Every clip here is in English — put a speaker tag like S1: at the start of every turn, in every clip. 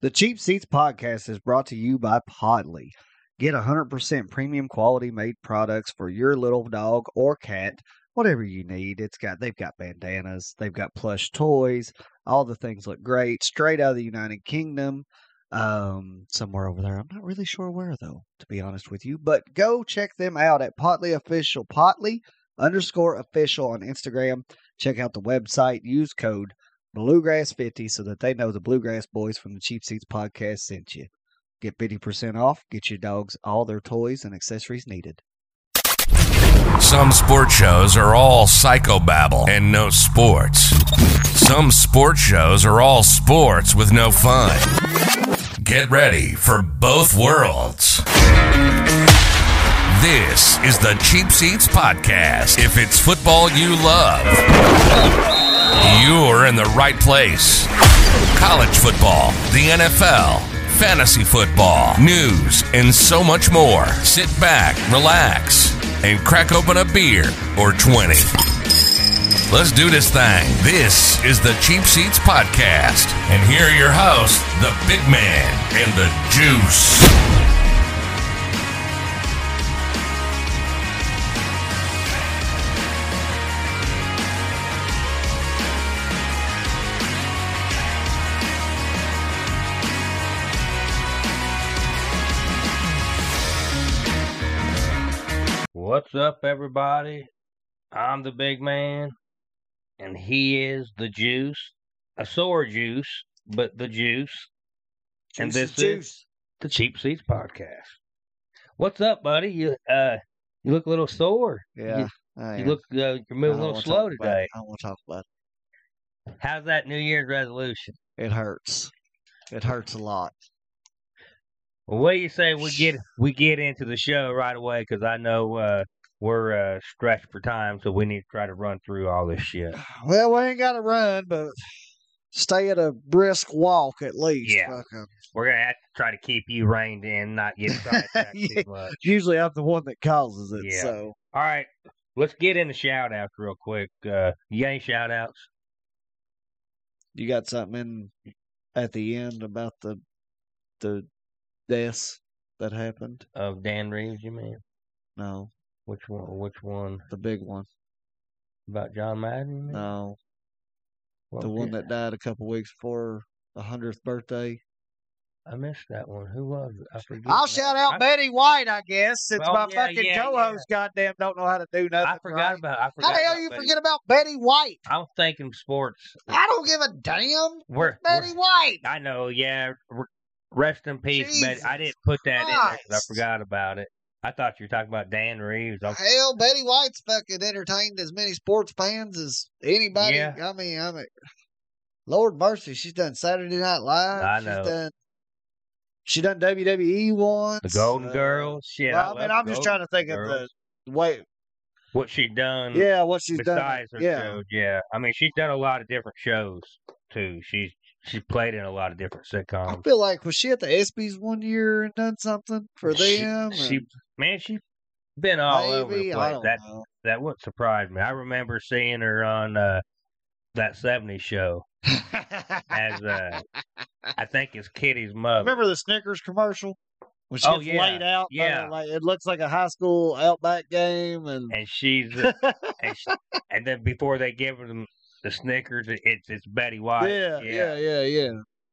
S1: The Cheap Seats podcast is brought to you by Podly. Get 100% premium quality made products for your little dog or cat, whatever you need. It's got they've got bandanas, they've got plush toys, all the things look great, straight out of the United Kingdom. Um, somewhere over there. I'm not really sure where though, to be honest with you. But go check them out at Potly Official, Potly underscore official on Instagram. Check out the website. Use code Bluegrass 50 so that they know the Bluegrass Boys from the Cheap Seats podcast sent you. Get 50% off, get your dogs all their toys and accessories needed.
S2: Some sport shows are all psychobabble and no sports. Some sport shows are all sports with no fun. Get ready for both worlds. This is the Cheap Seats Podcast. If it's football you love, you're in the right place. College football, the NFL, fantasy football, news, and so much more. Sit back, relax, and crack open a beer or 20. Let's do this thing. This is the Cheap Seats Podcast. And here are your hosts, the big man and the juice.
S3: What's up, everybody? I'm the big man, and he is the juice. A sore juice, but the juice. And this is the Cheap Seats Podcast. What's up, buddy? You uh, you look a little sore.
S1: Yeah. I
S3: You
S1: am.
S3: look uh, you're
S1: I
S3: moving
S1: don't
S3: a little
S1: wanna
S3: slow
S1: talk about it.
S3: today.
S1: I don't want to talk about
S3: How's that New Year's resolution?
S1: it. It hurts. It hurts a lot.
S3: Well, what do you say we get we get into the show right away? Because I know uh, we're uh, stretched for time, so we need to try to run through all this shit.
S1: Well, we ain't got to run, but stay at a brisk walk at least.
S3: Yeah.
S1: Fuck 'em.
S3: We're gonna have to try to keep you reined in, not get sidetracked
S1: Yeah.
S3: too much.
S1: Usually I'm the one that causes it.
S3: Yeah.
S1: So,
S3: All right, let's get into shout outs real quick. Uh, you got any shout outs?
S1: you got something in at the end about the the deaths that happened?
S3: of Dan Reeves? You mean
S1: No,
S3: which one? Which one
S1: the big one.
S3: about John Madden? you mean?
S1: No,
S3: What
S1: Uh, the
S3: was
S1: one
S3: it?
S1: that died a couple weeks before the hundredth birthday.
S3: I missed that one. Who was it? I forget.
S1: I'll
S3: now.
S1: shout out
S3: I,
S1: Betty White, I guess, since
S3: Well,
S1: my
S3: yeah,
S1: fucking
S3: yeah,
S1: co-host, goddamn, don't know how to do nothing.
S3: I forgot
S1: right?
S3: about. I forgot.
S1: How the hell
S3: about
S1: you
S3: Betty.
S1: forget about Betty White?
S3: I'm thinking sports.
S1: I don't give a damn.
S3: We're,
S1: Betty
S3: we're-
S1: White.
S3: I know. Yeah. r- Rest in peace, Betty. I
S1: Jesus
S3: didn't put that in there 'cause I
S1: Christ.
S3: forgot about it. I thought you were talking about Dan Reeves. I'm,
S1: Hell, Betty White's fucking entertained as many sports fans as anybody.
S3: Yeah.
S1: I mean, I mean, Lord mercy, she's done Saturday Night Live.
S3: I know.
S1: She's done, she done WWE once.
S3: the Golden
S1: uh,
S3: Girls. Shit.
S1: well, I mean,
S3: love
S1: I'm just
S3: Golden-
S1: trying to think of
S3: Girls.
S1: the way.
S3: What she done?
S1: Yeah, what she's done.
S3: besides her
S1: Yeah,
S3: shows. Yeah, I mean she's done a lot of different shows too. She's she played in a lot of different
S1: I
S3: sitcoms.
S1: feel like was she at the ESPYS one year and done something for
S3: She-
S1: them?
S3: She
S1: and
S3: man, she's been all over the
S1: maybe? I
S3: place.
S1: don't
S3: That
S1: know.
S3: that wouldn't surprise me. I remember seeing her on uh, that '70s show as uh, I think it's Kitty's mother.
S1: Remember the Snickers commercial when she
S3: uh, Oh,
S1: gets
S3: yeah,
S1: laid out? by the-
S3: yeah.
S1: like it looks like a high school outback game, and
S3: And she's uh, and, she, and then before they give them the Snickers, it- it's it's Betty White.
S1: yeah, yeah, yeah, yeah.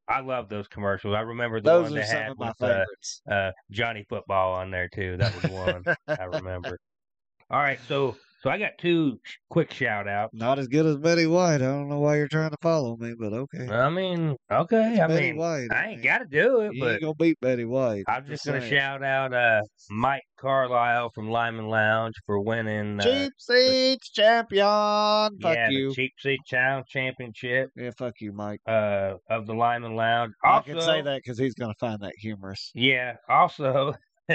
S3: I love those commercials. I remember the
S1: Those
S3: one
S1: are
S3: they
S1: some
S3: had
S1: of my
S3: with uh,
S1: favorites.
S3: uh, Johnny Football on there too. That was one I remember. All right, so so I got two sh- quick shout outs.
S1: Not as good as Betty White. I don't know why you're trying to follow me, but okay.
S3: I mean, okay, I
S1: Betty
S3: mean,
S1: White.
S3: I ain't got to do it,
S1: You
S3: but
S1: ain't gonna beat Betty White.
S3: I'm just gonna
S1: saying.
S3: shout out uh, Mike Carlisle from Lyman Lounge for winning. Uh,
S1: Cheap seats champion. Fuck
S3: yeah, the
S1: you.
S3: Cheap Seat Town Championship
S1: Yeah, fuck you, Mike.
S3: uh, of the Lyman Lounge.
S1: I
S3: Also,
S1: can say that because he's gonna find that humorous.
S3: Yeah. Also,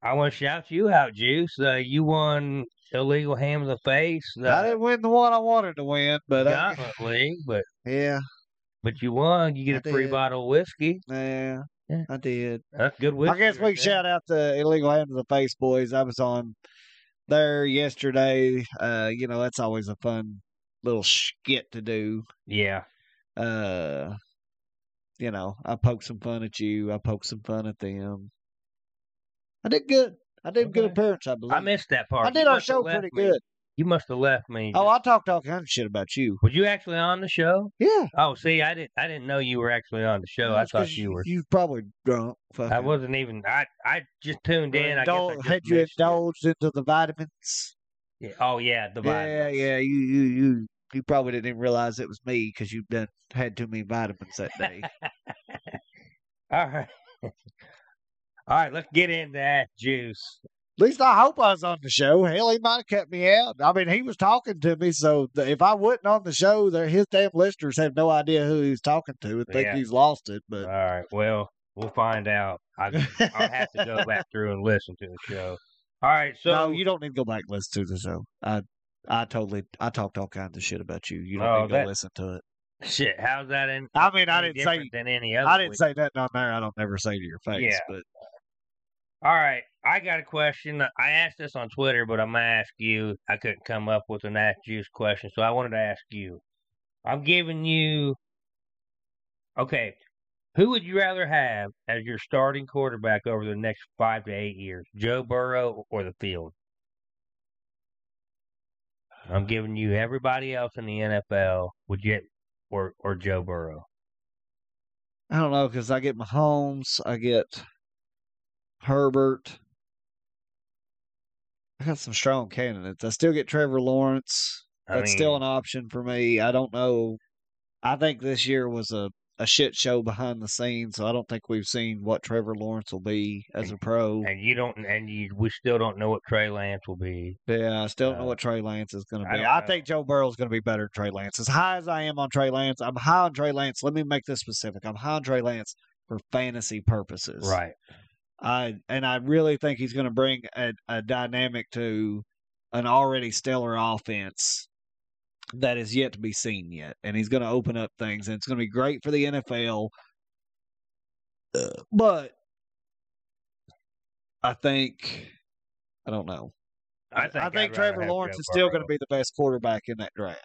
S3: I want to shout you out, Juice. Uh, you won illegal ham in the face.
S1: I
S3: Uh,
S1: didn't win the one I wanted to win, but I,
S3: Gauntlet League, but
S1: yeah,
S3: but you won. You get
S1: I
S3: a free
S1: did.
S3: bottle of whiskey.
S1: yeah,
S3: Yeah.
S1: I did.
S3: That's good whiskey.
S1: I guess we
S3: right
S1: can
S3: there.
S1: shout out the illegal hand of the face boys. I was on there yesterday. Uh, you know, that's always a fun little skit to do.
S3: Yeah,
S1: Uh, You know, I poked some fun at you. I poked some fun at them. I did good. I did good
S3: Okay.
S1: appearance, I believe.
S3: I missed that part.
S1: I
S3: You
S1: did our
S3: must have
S1: show
S3: left
S1: pretty
S3: me.
S1: good.
S3: You must have left me.
S1: Oh, I talked all kinds of shit about you.
S3: Were you actually on the show?
S1: Yeah.
S3: Oh, see, I didn't. I didn't know you were actually on the show. I
S1: That's 'cause
S3: thought you were.
S1: You probably drunk. Fucking.
S3: I wasn't even. I I just tuned in. I
S1: Indul-
S3: guess I
S1: had
S3: just
S1: you
S3: missed it.
S1: indulged into the vitamins?
S3: Yeah. Oh yeah, the
S1: Yeah,
S3: vibe.
S1: yeah. You, you, you, you probably didn't even realize it was me because you done had too many vitamins that day.
S3: All right. All right, let's get into that juice.
S1: At least I hope I was on the show. Hell, he might have kept me out. I mean, he was talking to me, so th- if I wasn't on the show, there his damn listeners have no idea who he was talking to and think
S3: Yeah.
S1: he's lost it.
S3: All
S1: But
S3: right, well, we'll find out. I, I'll have to go back through and listen to the show. All right, so
S1: no, you don't need to go back and listen to the show. I, I totally, I talked all kinds of shit about you. You don't
S3: Oh,
S1: need to
S3: that-
S1: go listen to it.
S3: shit. How's that in?
S1: I mean, I
S3: any
S1: didn't say,
S3: different than any other.
S1: I didn't
S3: week?
S1: say nothing on there. I don't never say to your face,
S3: Yeah.
S1: but
S3: All right, I got a question. I asked this on Twitter, but I'm gonna ask you. I couldn't come up with an ask juice question, so I wanted to ask you. I'm giving you. Okay, who would you rather have as your starting quarterback over the next five to eight years, Joe Burrow or the field? I'm giving you everybody else in the NFL. Would you or or Joe Burrow?
S1: I don't know because I get Mahomes, I get Herbert. I got some strong candidates. I still get Trevor Lawrence.
S3: I
S1: That's still
S3: mean,
S1: an option for me. I don't know. I think this year was a, a shit show behind the scenes, so I don't think we've seen what Trevor Lawrence will be as a pro.
S3: and you don't, and you, we still don't know what Trey Lance will be.
S1: Yeah, I still don't know
S3: Uh,
S1: what Trey Lance is going to
S3: I
S1: be.
S3: don't
S1: I,
S3: know.
S1: think Joe Burrow's going to be better than Trey Lance. As high as I am on Trey Lance, I'm high on Trey Lance. Let me make this specific. I'm high on Trey Lance for fantasy purposes.
S3: Right.
S1: I and I really think he's going to bring a, a dynamic to an already stellar offense that is yet to be seen yet, and he's going to open up things, and it's going to be great for the NFL. Uh, But I think I don't know. I think,
S3: I'd rather
S1: Trevor
S3: have
S1: Lawrence
S3: Joe
S1: is still going
S3: Burrow.
S1: to be the best quarterback in that draft.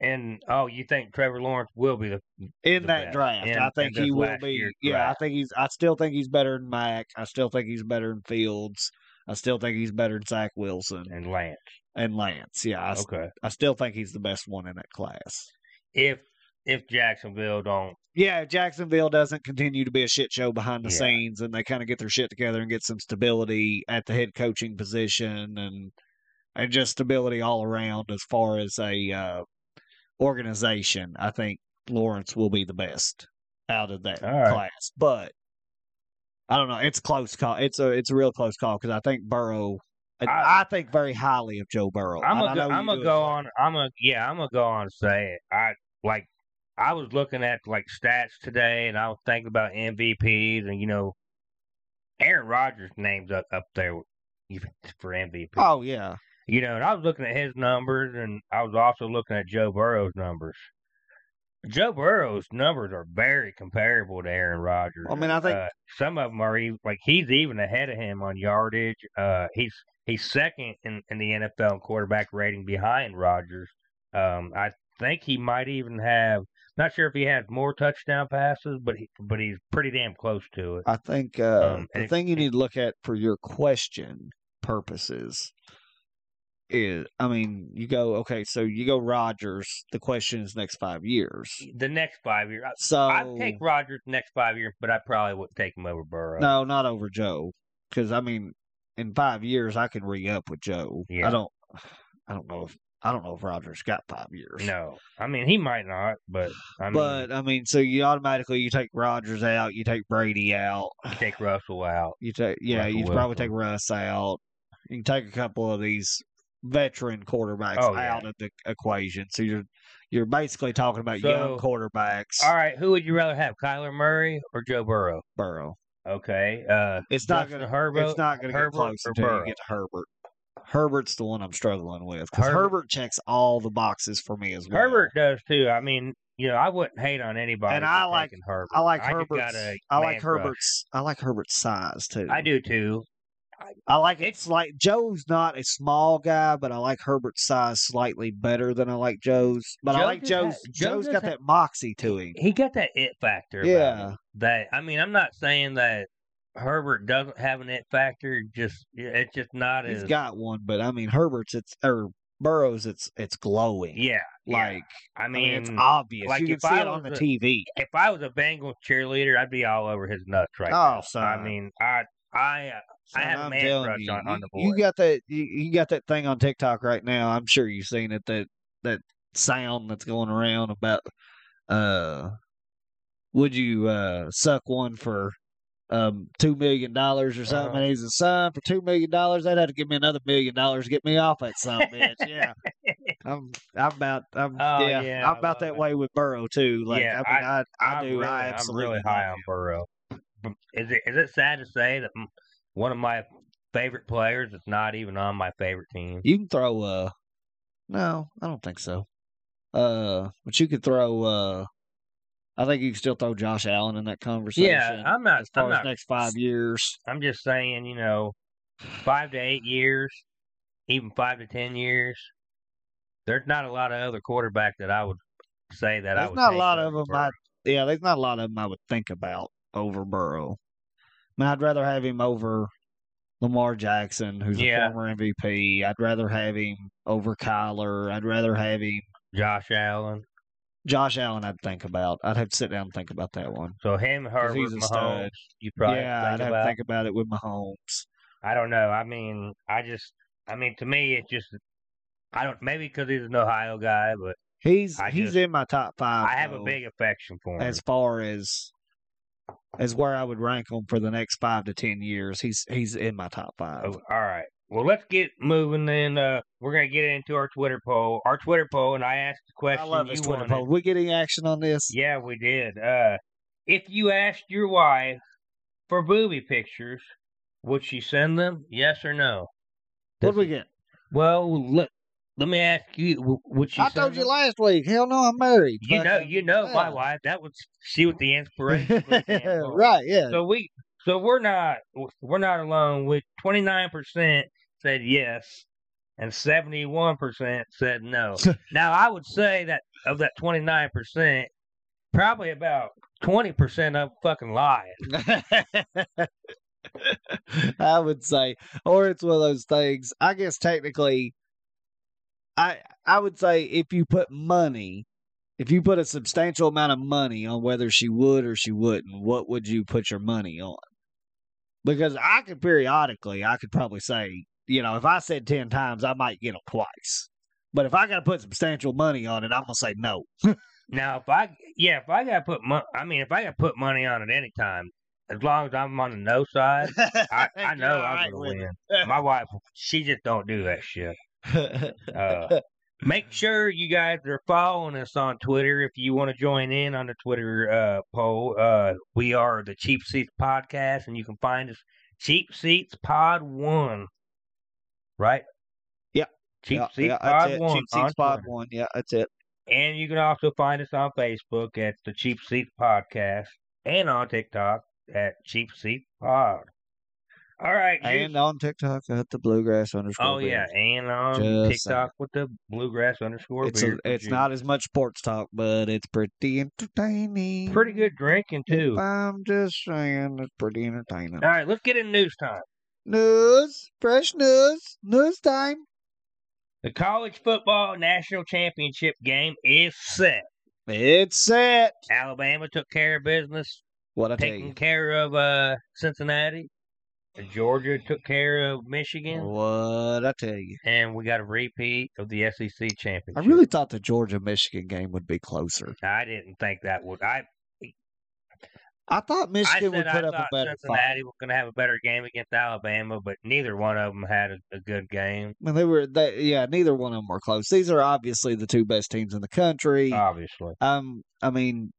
S3: And oh, you think Trevor Lawrence will be the?
S1: In
S3: The
S1: that
S3: best.
S1: draft,
S3: In-
S1: I
S3: in
S1: think he
S3: this
S1: will
S3: last
S1: be.
S3: year's
S1: Yeah, I
S3: draft.
S1: think he's. I still think he's better than Mac. I still think he's better than Fields. I still think he's better than Zach Wilson.
S3: And Lance.
S1: and Lance. Yeah, I, s-
S3: Okay.
S1: I still think he's the best one in that class.
S3: If if Jacksonville don't,
S1: Yeah, if Jacksonville doesn't continue to be a shit show behind the
S3: Yeah.
S1: scenes and they kind of get their shit together and get some stability at the head coaching position and and just stability all around as far as a uh, organization, I think Lawrence will be the best out of that
S3: All right.
S1: class. But I don't know. It's a close call. It's a it's a real close call because I think Burrow. I,
S3: I-
S1: I think very highly of Joe Burrow.
S3: I'm
S1: and I
S3: gonna
S1: know
S3: go,
S1: you
S3: I'm gonna
S1: do
S3: go
S1: as well.
S3: on. I'm gonna yeah. I'm gonna go on and say it. I like. I was looking at like stats today, and I was thinking about MVPs, and you know, Aaron Rodgers' names up up there for MVP.
S1: Oh yeah.
S3: You know, and I was looking at his numbers, and I was also looking at Joe Burrow's numbers. Joe Burrow's numbers are very comparable to Aaron Rodgers.
S1: I mean, I think-
S3: uh, some of them are even like he's even ahead of him on yardage. Uh, he's he's second in, in the NFL in quarterback rating behind Rodgers. Um, I think he might even have. Not sure if he has more touchdown passes, but he, but he's pretty damn close to it.
S1: I think uh,
S3: Um,
S1: the
S3: and if-
S1: thing you need to look at for your question purposes is, I mean, you go okay, so you go Rogers. The question is next five years.
S3: The next five years,
S1: So
S3: I, I'd take Rodgers the next five years, but I probably wouldn't take him over Burrow.
S1: Oh. no, not over Joe, because I mean, in five years I can re up with Joe. I
S3: Yeah.
S1: don't, I don't know if I don't know if Rogers got five years.
S3: No, I mean he might not, but I mean
S1: but I mean, so you automatically you take Rogers out, you take Brady out,
S3: take Russell out.
S1: You take yeah,
S3: Russell
S1: you could probably
S3: Wilson.
S1: take Russ out. You can take a couple of these veteran quarterbacks
S3: Oh, yeah.
S1: out of the equation. So you're you're basically talking about
S3: So-
S1: young quarterbacks.
S3: All right, who would you rather have, Kyler Murray or Joe Burrow?
S1: Burrow.
S3: Okay, uh,
S1: It's not
S3: Justin
S1: gonna
S3: Herbert-
S1: it's not gonna
S3: Herbert
S1: get close
S3: or
S1: until
S3: Burrow?
S1: you get to Herbert. Herbert's the one I'm struggling with because
S3: Herbert-
S1: Herbert. checks all the boxes for me as well.
S3: Herbert does too. I mean, you know, I wouldn't hate on anybody.
S1: And
S3: for
S1: I like-
S3: taking Herbert.
S1: I like
S3: just
S1: Herbert's.
S3: got a
S1: I like
S3: man crush.
S1: Herbert's. I like Herbert's size too.
S3: I do too.
S1: I like it. It's like Joe's not a small guy, but I like Herbert's size slightly better than I like Joe's. But I
S3: Joe
S1: like
S3: does
S1: Joe's.
S3: have- Joe
S1: Joe's
S3: does
S1: got
S3: have-
S1: that moxie to him.
S3: He got that it factor. about
S1: Yeah.
S3: him. That I mean, I'm not saying that Herbert doesn't have an it factor. Just it's just not
S1: He's
S3: as
S1: got one, but I mean Herbert's. It's or Burroughs. It's it's glowing.
S3: yeah. yeah.
S1: Like
S3: I
S1: I
S3: mean,
S1: mean, it's obvious.
S3: like,
S1: you can
S3: if
S1: see
S3: I
S1: it on the
S3: was a-
S1: TV.
S3: if I was a Bengals cheerleader, I'd be all over his nuts right
S1: Oh,
S3: now. I
S1: son.
S3: mean, I I uh, I
S1: Son,
S3: have a man
S1: telling
S3: crush on- on the
S1: You
S3: boy.
S1: got that? You, you got that thing on TikTok right now. I'm sure you've seen it. That that sound that's going around about. Uh, would you uh suck one for um two million dollars or something?
S3: Uh-huh.
S1: And he's a son for two million dollars. They'd have to give me another million dollars to get me off that son of a bitch. Yeah, I'm I'm about I'm
S3: Oh,
S1: yeah,
S3: yeah,
S1: I'm
S3: I
S1: about
S3: love
S1: that
S3: it.
S1: way with Burrow too. Like
S3: Yeah,
S1: I mean, I I,
S3: I'm
S1: do.
S3: Really,
S1: I
S3: I'm
S1: absolutely
S3: really high
S1: love
S3: on
S1: him.
S3: Burrow. But Is it is it sad to say that m- one of my favorite players is not even on my favorite team?
S1: You can throw uh no, I don't think so. Uh but you could throw uh I think you can still throw Josh Allen in that conversation.
S3: Yeah, I'm not.
S1: as
S3: I'm
S1: far as
S3: not.
S1: next five years.
S3: I'm just saying, you know, five to eight years, even five to ten years. There's not a lot of other quarterback that I would say that I
S1: There's
S3: would.
S1: not a
S3: take
S1: lot
S3: over
S1: of them
S3: Burrow.
S1: I yeah, there's not a lot of them I would think about over Burrow. I mean, I'd rather have him over Lamar Jackson, who's
S3: Yeah.
S1: a former MVP. I'd rather have him over Kyler. I'd rather have him
S3: Josh Allen.
S1: Josh Allen I'd think about. I'd have to sit down and think about that one.
S3: So him, Herbert,
S1: he's a stud.
S3: Mahomes. You probably
S1: yeah,
S3: think
S1: I'd have
S3: about.
S1: to think about it with Mahomes.
S3: I don't know. I mean, I just. I mean, to me, it's just. I don't. Maybe because he's an Ohio guy, but
S1: He's
S3: I
S1: he's
S3: just-
S1: in my top five.
S3: I have a
S1: though,
S3: big affection for him.
S1: as far as as where I would rank him for the next five to ten years. He's he's in my top five.
S3: Oh, all right. Well, let's get moving. Then uh, we're gonna get into our Twitter poll. Our Twitter poll, and I asked the question.
S1: I love
S3: you
S1: this Twitter
S3: wanted.
S1: poll. We get any action on this?
S3: Yeah, we did. Uh, if you asked your wife for booby pictures, would she send them? Yes or no?
S1: what do we get?
S3: Well, look. Let me ask you. w- Would she?
S1: I
S3: send
S1: told you
S3: them?
S1: last week. Hell no, I'm married.
S3: You
S1: But,
S3: know,
S1: uh,
S3: you know my
S1: yeah.
S3: wife. That was she was the inspiration. for the damn poll.
S1: right? Yeah.
S3: So we, so we're not, we're not alone. With twenty nine percent said yes, and seventy one percent said no. now I would say that of that twenty nine percent, probably about twenty percent of fucking lying.
S1: I would say, or it's one of those things. I guess technically, I I would say if you put money, if you put a substantial amount of money on whether she would or she wouldn't, what would you put your money on? Because I could periodically, I could probably say, you know, if I said ten times, I might get them twice. But if I got to put substantial money on it, I'm gonna say no.
S3: Now if I, yeah, if I got to put money, I mean, if I got to put money on it any time, as long as I'm on the no side, I, I
S1: You're
S3: know
S1: all
S3: I'm
S1: right
S3: gonna
S1: with
S3: win.
S1: it.
S3: My wife, she just don't do that shit.
S1: it.
S3: Uh, make sure you guys are following us on Twitter if you want to join in on the Twitter uh, poll. Uh, we are the Cheap Seats Podcast, and you can find us Cheap Seats Pod One, right?
S1: Yeah.
S3: Cheap
S1: Yeah,
S3: Seats
S1: yeah, that's
S3: Pod
S1: it.
S3: One.
S1: Cheap
S3: on
S1: Seats Pod
S3: Twitter.
S1: One. Yeah, that's it.
S3: And you can also find us on Facebook at the Cheap Seats Podcast and on TikTok at Cheap Seats Pod. All right, you-
S1: And on TikTok at the bluegrass underscore.
S3: oh yeah,
S1: Bears.
S3: and on
S1: Just saying.
S3: TikTok with the bluegrass underscore.
S1: it's a,
S3: beard
S1: it's
S3: producer.
S1: not as much sports talk, but it's pretty entertaining.
S3: pretty good drinking too.
S1: If
S3: Uh,
S1: I'm just saying, it's pretty entertaining.
S3: All right, let's get in news time.
S1: News, fresh news, news time.
S3: The college football national championship game is set.
S1: It's set.
S3: Alabama took care of business,
S1: What I tell
S3: taking
S1: you.
S3: care of uh, Cincinnati. And Georgia took care of
S1: Oh.
S3: Michigan,
S1: What I tell you.
S3: and we got a repeat of the SEC championship.
S1: I really thought the Georgia Michigan game would be closer.
S3: I didn't think that would. I
S1: I thought Michigan
S3: I said
S1: would put
S3: I
S1: up a
S3: thought
S1: better fight.
S3: Cincinnati was going to have a better game against Alabama, but neither one of them had a, a good game.
S1: I mean, they were, they, yeah, neither one of them were close. These are obviously the two best teams in the country.
S3: Obviously,
S1: um, I mean,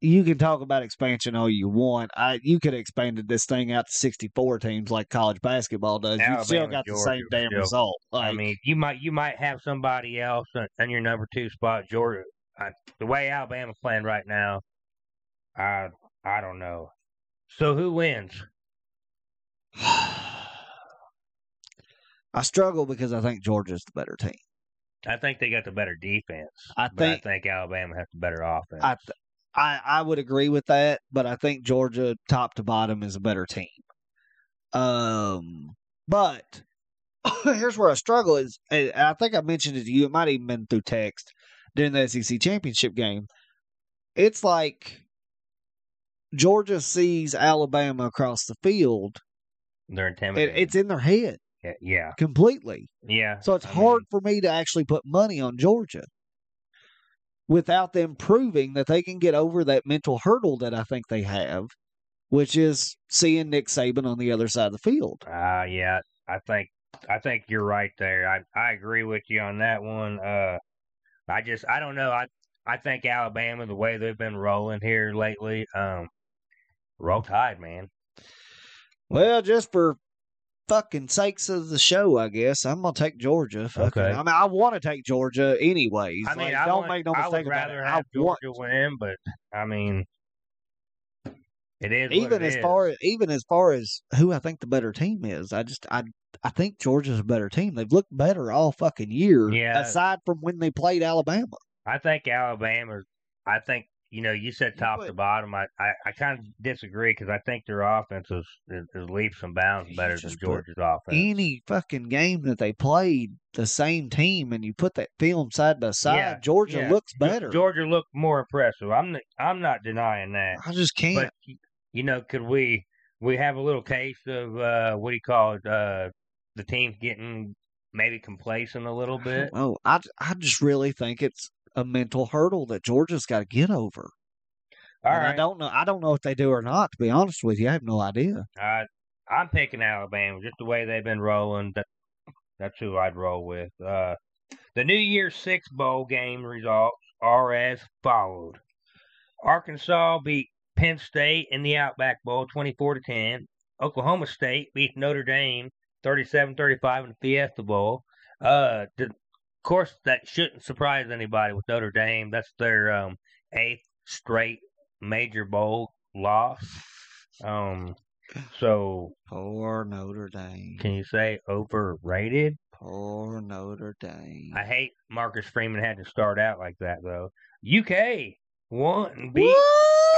S1: you can talk about expansion all you want. I you could have expanded this thing out to sixty four teams like college basketball does. You still
S3: Alabama,
S1: got the
S3: Georgia
S1: same damn
S3: still-
S1: result. Like,
S3: I mean, you might you might have somebody else in, in your number two spot, Georgia. I, the way Alabama's playing right now, I I don't know. So who wins?
S1: I struggle because I think Georgia's the better team.
S3: I think they got the better defense.
S1: I
S3: but
S1: think
S3: I think Alabama has the better offense.
S1: I, th- I I would agree with that, but I think Georgia, top to bottom, is a better team. Um, but here's where I struggle is, and I think I mentioned it to you. It might have even been through text during the SEC championship game. It's like Georgia sees Alabama across the field.
S3: They're
S1: It,
S3: intimidating.
S1: it's in their head
S3: yeah,
S1: completely.
S3: yeah.
S1: So it's
S3: I mean,
S1: hard for me to actually put money on Georgia without them proving that they can get over that mental hurdle that I think they have, which is seeing Nick Saban on the other side of the field.
S3: Ah, yeah. I think I think you're right there. I I agree with you on that one. Uh, I just I don't know. I I think Alabama the way they've been rolling here lately. Um, roll tide, man.
S1: Well, just for fucking sakes of the show, I guess I'm gonna take Georgia. Fucking-
S3: Okay.
S1: I mean, I want to take Georgia anyways.
S3: I mean,
S1: Like,
S3: I
S1: don't
S3: want-
S1: make no
S3: I
S1: mistake
S3: would
S1: about
S3: rather
S1: it.
S3: have
S1: I want
S3: Georgia win, but I mean, it is what
S1: even
S3: it
S1: as
S3: is.
S1: far as even as far as who I think the better team is, I just I I think Georgia's a better team. They've looked better all fucking year.
S3: Yeah.
S1: Aside from when they played Alabama.
S3: I think Alabama. I think you know you said
S1: You
S3: top
S1: put-
S3: to bottom. I, I, I kind of disagree because I think their offense is, is, is leaps and bounds
S1: You
S3: better than
S1: just put
S3: Georgia's offense.
S1: Any fucking game that they played the same team and you put that film side by side,
S3: Yeah,
S1: Georgia
S3: yeah.
S1: looks
S3: Ge-
S1: better.
S3: Georgia looked more impressive. I'm n- I'm not denying that.
S1: I just can't.
S3: But you know, could we we have a little case of uh, what do you call it? Uh, the team's getting maybe complacent a little bit.
S1: Oh, I, I just really think it's a mental hurdle that Georgia's got to get over.
S3: All
S1: And I
S3: right,
S1: don't know. I don't know if they do or not. To be honest with you, I have no idea.
S3: I I'm picking Alabama just the way they've been rolling. That, that's who I'd roll with. Uh, the New Year's Six bowl game results are as followed: Arkansas beat Penn State in the Outback Bowl, 24 to 10. Oklahoma State beat Notre Dame, 37-35 in the Fiesta Bowl. Uh, the, of course, that shouldn't surprise anybody with Notre Dame. That's their um, eighth straight major bowl loss. Um, so
S1: Poor Notre Dame.
S3: can you say overrated?
S1: Poor Notre Dame.
S3: I hate Marcus Freeman had to start out like that though. UK won and beat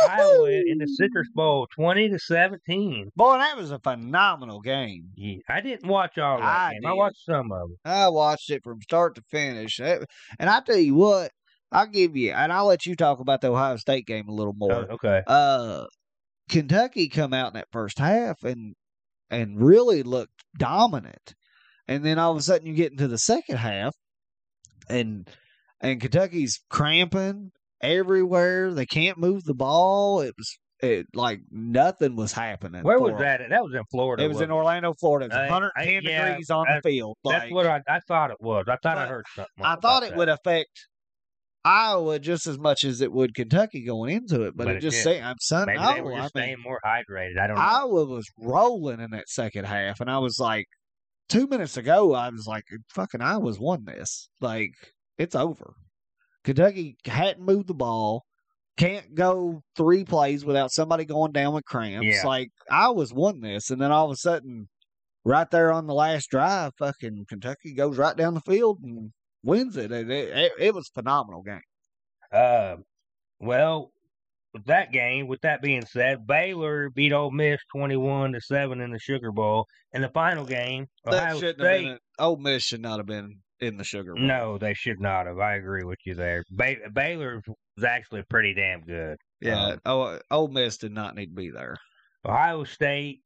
S3: Iowa in the Citrus Bowl, twenty to seventeen.
S1: Boy, that was a phenomenal game.
S3: Yeah, I didn't watch all that
S1: I
S3: game. I
S1: did.
S3: watched some of it.
S1: I watched it from start to finish. That- And I tell you what, I'll give you, and I'll let you talk about the Ohio State game a little more.
S3: Oh, okay.
S1: Uh, Kentucky come out in that first half and and really looked dominant, and then all of a sudden you get into the second half, and and Kentucky's cramping everywhere. They can't move the ball. It was it like nothing was happening.
S3: Where
S1: for
S3: was
S1: 'em.
S3: that? At? That was in Florida.
S1: It was in
S3: wasn't
S1: Orlando, Florida. It was
S3: I-
S1: 110
S3: I- yeah,
S1: degrees on
S3: I-
S1: the field.
S3: That's
S1: Like,
S3: what I, I thought it was. I thought I
S1: But
S3: heard something.
S1: I thought
S3: about
S1: it
S3: that.
S1: would affect Iowa just as much as it would Kentucky going into it, but,
S3: But
S1: it
S3: it
S1: just
S3: didn't.
S1: seemed I'm son,
S3: Maybe
S1: no,
S3: they were
S1: I
S3: just
S1: mean,
S3: staying more hydrated. I don't know.
S1: Iowa was rolling in that second half, and I was like, two minutes ago, I was like, fucking Iowa's won this. Like, it's over. Kentucky hadn't moved the ball. Can't go three plays without somebody going down with cramps.
S3: Yeah.
S1: Like Iowa's won this, and then all of a sudden, right there on the last drive, fucking Kentucky goes right down the field and wins it. And it, it, it was a phenomenal game.
S3: Uh, well, with that game, with that being said, Baylor beat Ole Miss twenty-one to seven in the Sugar Bowl. In the final game,
S1: That
S3: Ohio
S1: shouldn't have
S3: State.
S1: been. A, Ole Miss should not have been in the Sugar Bowl.
S3: no, they should not have. I agree with you there. Ba- Baylor was actually pretty damn good.
S1: Yeah.
S3: Um,
S1: oh, Ole Miss did not need to be there.
S3: Ohio State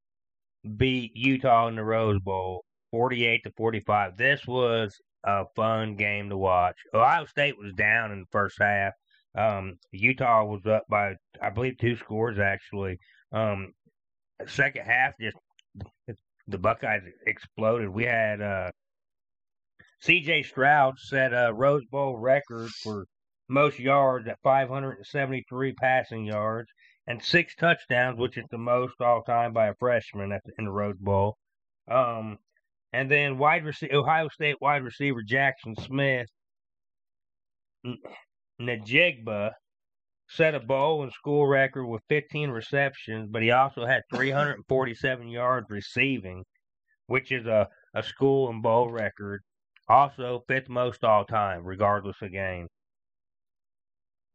S3: beat Utah in the Rose Bowl, forty-eight to forty-five. This was a fun game to watch. Ohio State was down in the first half. Um, Utah was up by, I believe, two scores actually. Um, second half, just the Buckeyes exploded. We had uh, C.J. Stroud set a Rose Bowl record for most yards at 573 passing yards and six touchdowns, which is the most all time by a freshman at the, in the Rose Bowl. Um, and then wide rece- Ohio State wide receiver Jackson Smith N- Najigba set a bowl and school record with 15 receptions, but he also had 347 yards receiving, which is a a school and bowl record. Also, fifth most all time, regardless of game.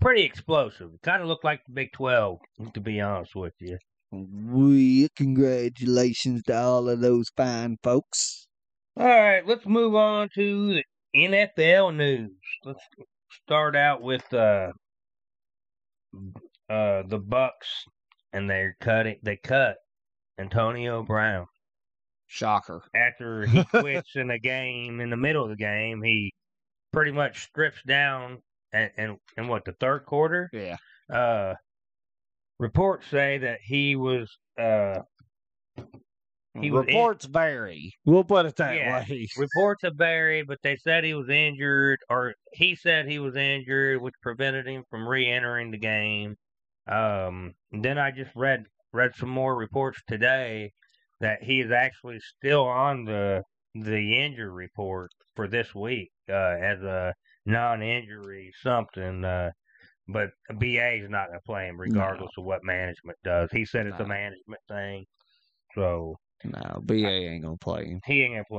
S3: Pretty explosive. Kind of looked like the Big 12, to be honest with you.
S1: Well, congratulations to all of those fine folks.
S3: All right, let's move on to the NFL news. Let's start out with uh, uh, the Bucks, and they're cutting. They cut Antonio Brown
S1: Shocker.
S3: after he quits in the game. In the middle of the game, he pretty much strips down, and and, and what the third quarter,
S1: Yeah.
S3: uh, reports say that he was uh, He was in-
S1: Reports vary. We'll put it that
S3: Yeah.
S1: way.
S3: reports are buried, but they said he was injured, or he said he was injured, which prevented him from re-entering the game. Um, then I just read read some more reports today that he is actually still on the the injury report for this week uh, as a non-injury something. Uh, but BA is not going to play him regardless of what management does. He said it's a
S1: No.
S3: management thing, so
S1: No, BA ain't gonna play him.
S3: he ain't going to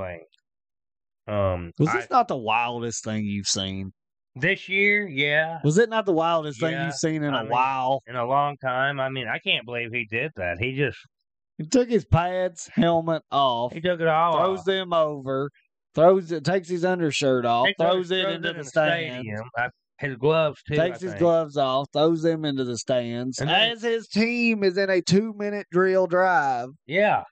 S3: play. Um,
S1: Was
S3: I-
S1: this not the wildest thing you've seen?
S3: This year, yeah,
S1: Was it not the wildest thing
S3: Yeah,
S1: you've seen in a
S3: I mean-
S1: while?
S3: in a long time. I mean, I can't believe he did that. He just
S1: He took his pads, helmet off,
S3: he took it all
S1: throws
S3: off.
S1: them over, throws it, takes his undershirt off,
S3: He
S1: throws it
S3: throws
S1: into
S3: in
S1: the stands,
S3: I, his gloves too.
S1: takes
S3: I
S1: his
S3: think.
S1: gloves off, throws them into the stands.
S3: And then-
S1: As his team is in a two-minute drill drive
S3: Yeah,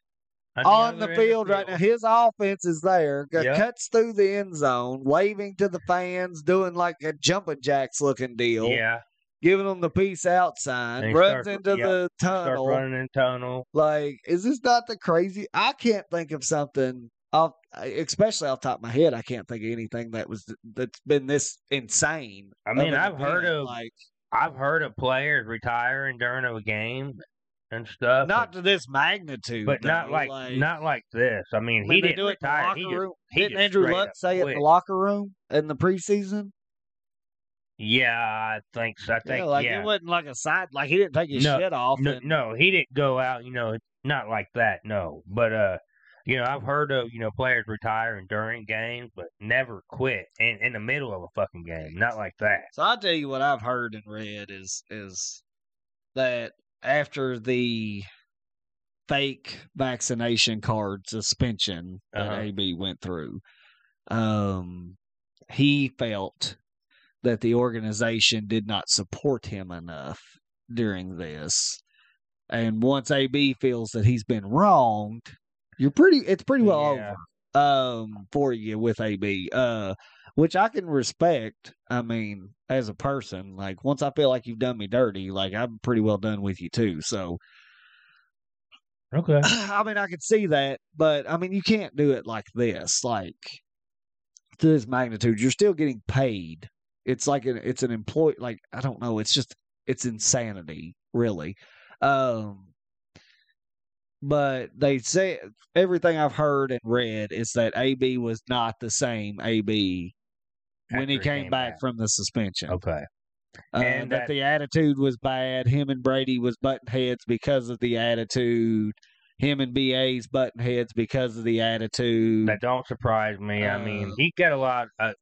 S1: on
S3: the
S1: the
S3: other
S1: field,
S3: end of
S1: right now, his offense is there. Got
S3: Yep.
S1: Cuts through the end zone, waving to the fans, doing like a jumping jacks looking deal,
S3: Yeah,
S1: giving them the peace out sign.
S3: And he
S1: runs
S3: starts-
S1: into
S3: yep,
S1: the
S3: start
S1: tunnel.
S3: running in tunnel.
S1: Like, is this not the crazy? I can't think of something off, especially off the top of my head. I can't think of anything that was that's been this insane.
S3: I
S1: of
S3: mean,
S1: an
S3: I've heard
S1: event.
S3: of-
S1: like
S3: I've heard of players retiring during a game and stuff.
S1: not
S3: but-
S1: to this magnitude,
S3: but not
S1: though,
S3: like, not like this. I mean,
S1: when
S3: he
S1: they
S3: didn't
S1: do it in the
S3: retire. He
S1: locker
S3: just-
S1: room.
S3: he
S1: Didn't
S3: just
S1: Andrew
S3: straight
S1: Luck
S3: up
S1: say it in
S3: quit.
S1: the locker room in the preseason?
S3: yeah, I think so. I think
S1: yeah, like
S3: yeah.
S1: it wasn't like a side. Like he didn't take his
S3: No,
S1: shit off.
S3: no,
S1: and,
S3: no, he didn't go out, you know, not like that, no. But uh, you know, I've heard of, you know, players retiring during games but never quit in, in the middle of a fucking game. Not like that.
S1: So I'll tell you what I've heard and read is is that after the fake vaccination card suspension that
S3: Uh-huh.
S1: AB went through, um, he felt that the organization did not support him enough during this. And once AB feels that he's been wronged, you're pretty. It's pretty well
S3: Yeah.
S1: over um, for you with AB. Uh, which I can respect. I mean, as a person, like once I feel like you've done me dirty, like I'm pretty well done with you too. So,
S3: Okay.
S1: I mean, I can see that, but I mean, you can't do it like this, like to this magnitude. You're still getting paid. It's like an it's an employee. Like I don't know. It's just it's insanity, really. Um, but they say everything I've heard and read is that AB was not the same AB when he came back Oh, from the suspension.
S3: Okay.
S1: Uh,
S3: And
S1: that
S3: that-
S1: the attitude was bad. Him and Brady was button heads because of the attitude. Him and BA's button heads because of the attitude.
S3: That don't surprise me. I mean,
S1: Uh,
S3: he got a lot uh,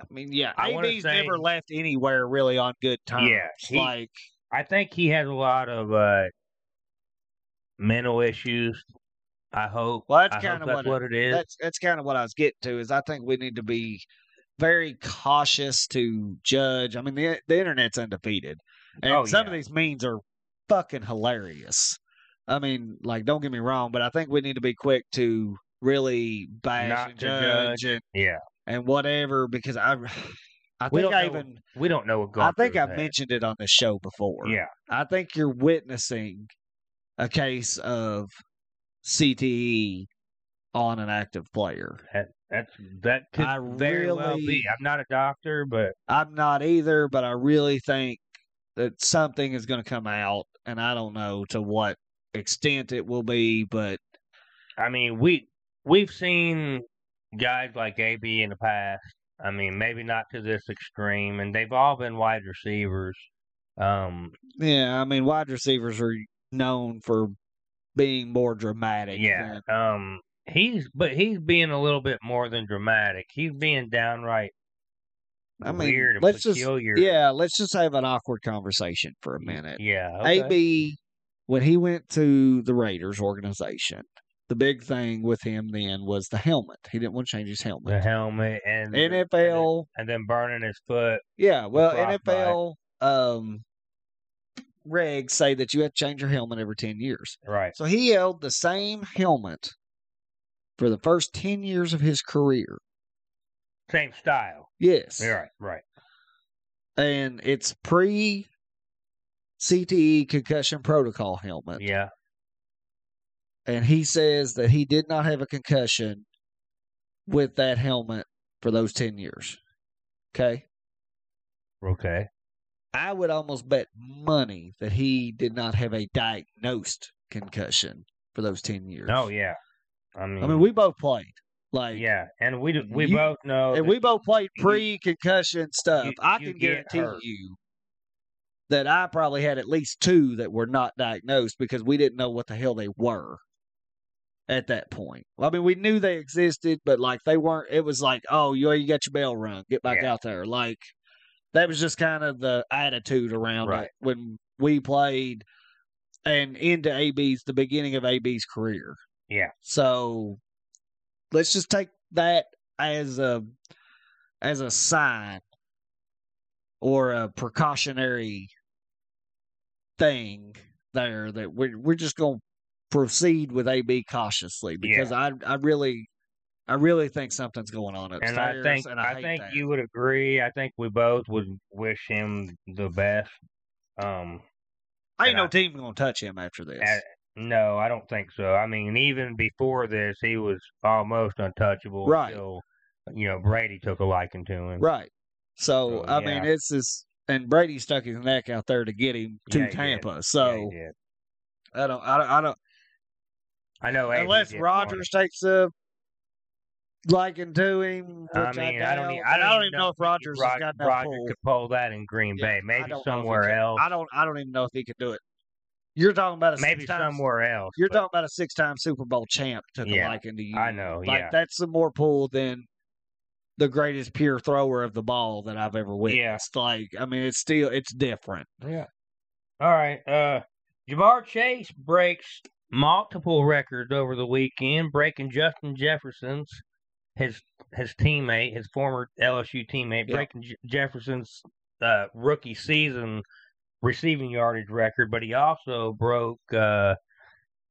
S1: I mean, yeah,
S3: I wanna
S1: AB's
S3: say-
S1: never left anywhere really on good terms.
S3: yeah. He,
S1: like
S3: I think he has a lot of uh mental issues. I hope.
S1: Well, that's
S3: I hope
S1: kinda
S3: that's
S1: what it-
S3: what it is.
S1: that's that's kind of what I was getting to. Is I think we need to be very cautious to judge. I mean, the the internet's undefeated, and
S3: Oh,
S1: some of
S3: yeah.
S1: these memes are fucking hilarious. I mean, like, don't get me wrong, but I think we need to be quick to really bash
S3: Not
S1: and
S3: to
S1: judge,
S3: judge.
S1: And,
S3: Yeah.
S1: and whatever because I, I
S3: We
S1: think
S3: don't
S1: I
S3: know
S1: even
S3: We don't know what goes
S1: I think
S3: through
S1: I
S3: his head.
S1: mentioned it on the show before.
S3: Yeah.
S1: I think you're witnessing a case of CTE on an active player.
S3: That's that could
S1: I
S3: very well be.
S1: really-
S3: I'm not a doctor, but
S1: I'm not either, but I really think that something is going to come out, and I don't know to what extent it will be, but
S3: I mean we we've seen guys like AB in the past. I mean, maybe not to this extreme, and they've all been wide receivers. Um,
S1: yeah, I mean, wide receivers are known for being more dramatic.
S3: yeah.
S1: than-
S3: Um, He's but he's being a little bit more than dramatic. He's being downright
S1: I mean,
S3: weird and
S1: let's just
S3: peculiar.
S1: yeah, let's just have an awkward conversation for a minute.
S3: Yeah. Okay.
S1: AB, when he went to the Raiders organization, the big thing with him then was the helmet. He didn't want to change his helmet.
S3: the helmet and
S1: NFL,
S3: and then burning his foot.
S1: yeah, well,
S3: frostbite.
S1: NFL um, regs say that you have to change your helmet every 10 years.
S3: Right.
S1: So he held the same helmet for the first 10 years of his career.
S3: Same style.
S1: Yes.
S3: You're right. Right.
S1: And it's pre CTE concussion protocol helmet.
S3: Yeah.
S1: and he says that he did not have a concussion with that helmet for those 10 years. Okay.
S3: Okay.
S1: I would almost bet money that he did not have a diagnosed concussion for those 10 years.
S3: Oh yeah. I mean.
S1: I mean, we both played. Like,
S3: Yeah, and we do- we
S1: You-
S3: both know
S1: and
S3: that
S1: we both played
S3: You-
S1: pre concussion stuff.
S3: you-
S1: I
S3: you
S1: can
S3: get
S1: guarantee
S3: hurt.
S1: you that I probably had at least two that were not diagnosed because we didn't know what the hell they were at that point. Well, I mean, we knew they existed, but like they weren't, it was like, oh, you, you got your bell rung, get back
S3: Yeah.
S1: out there. Like that was just kind of the attitude around
S3: Right.
S1: it when we played and into AB's, the beginning of AB's career.
S3: Yeah.
S1: So let's just take that as a as a sign or a precautionary thing there that we're we're just gonna proceed with AB cautiously because I I really I really think something's going on upstairs,
S3: and I think
S1: and
S3: I,
S1: hate
S3: think
S1: that.
S3: you would agree. I think we both would wish him the best. Um,
S1: ain't
S3: and
S1: no
S3: I-
S1: team gonna touch him after this.
S3: at- no, I don't think so. I mean, even before this, he was almost untouchable.
S1: Right.
S3: Until, you know, Brady took a liking to him.
S1: Right. So
S3: So,
S1: I
S3: yeah.
S1: mean, it's just and Brady stuck his neck out there to get him to
S3: Yeah, he did.
S1: Tampa.
S3: Yeah, he
S1: So
S3: did.
S1: I don't, I don't, I don't.
S3: I know. Aiden
S1: Unless
S3: did
S1: Rogers takes a liking to him,
S3: I
S1: which I,
S3: mean, I don't
S1: doubt.
S3: e- I
S1: And
S3: don't even
S1: even
S3: know
S1: know if
S3: want it.
S1: Rogers
S3: Rod-
S1: has got enough
S3: Roger
S1: pull.
S3: could pull that in Green
S1: Yeah,
S3: Bay,
S1: I don't
S3: maybe
S1: know if he
S3: somewhere
S1: can.
S3: else,
S1: I don't, I don't even know if he could do it. You're talking about a
S3: maybe
S1: six times,
S3: somewhere else.
S1: You're
S3: but
S1: talking about a six-time Super Bowl champ took a
S3: Yeah,
S1: liking to you.
S3: I know.
S1: Like
S3: yeah.
S1: that's some more pull than the greatest pure thrower of the ball that I've ever witnessed. Like, I mean, it's still it's different.
S3: Yeah. All right. Uh Jamar Chase breaks multiple records over the weekend, breaking Justin Jefferson's his his teammate, his former LSU teammate,
S1: Yeah.
S3: breaking J- Jefferson's uh, rookie season receiving yardage record, but he also broke uh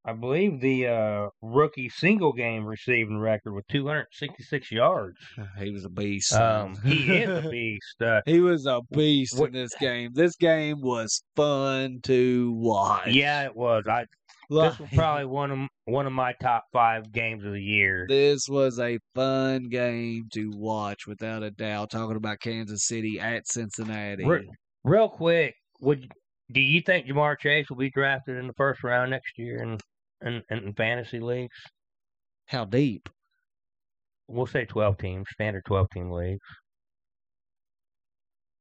S3: I believe the uh, rookie single game receiving record with 266 yards.
S1: He was a beast.
S3: Um, he is a
S1: beast.
S3: beast. Uh,
S1: he was a beast
S3: What-
S1: in this game. This game was fun to watch.
S3: yeah, it was. I
S1: Like,
S3: This was probably one of m- one of my top five games of the year.
S1: this was a fun game to watch without a doubt. Talking about Kansas City at Cincinnati.
S3: Re- real quick, would do you think Jamar Chase will be drafted in the first round next year in in, in fantasy leagues?
S1: How deep?
S3: We'll say twelve teams, standard twelve team leagues.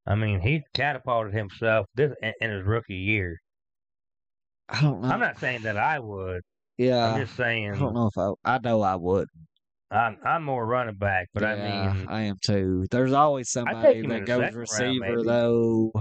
S3: I mean, he catapulted himself this in, in his rookie year.
S1: I don't know.
S3: I'm not saying that I would.
S1: Yeah.
S3: I'm just saying
S1: Uh, I don't know if I. I know I would.
S3: I'm I'm more running back, but
S1: Yeah,
S3: I mean,
S1: I am too. There's always somebody
S3: him in
S1: that
S3: the
S1: goes
S3: second round,
S1: receiver
S3: maybe.
S1: though.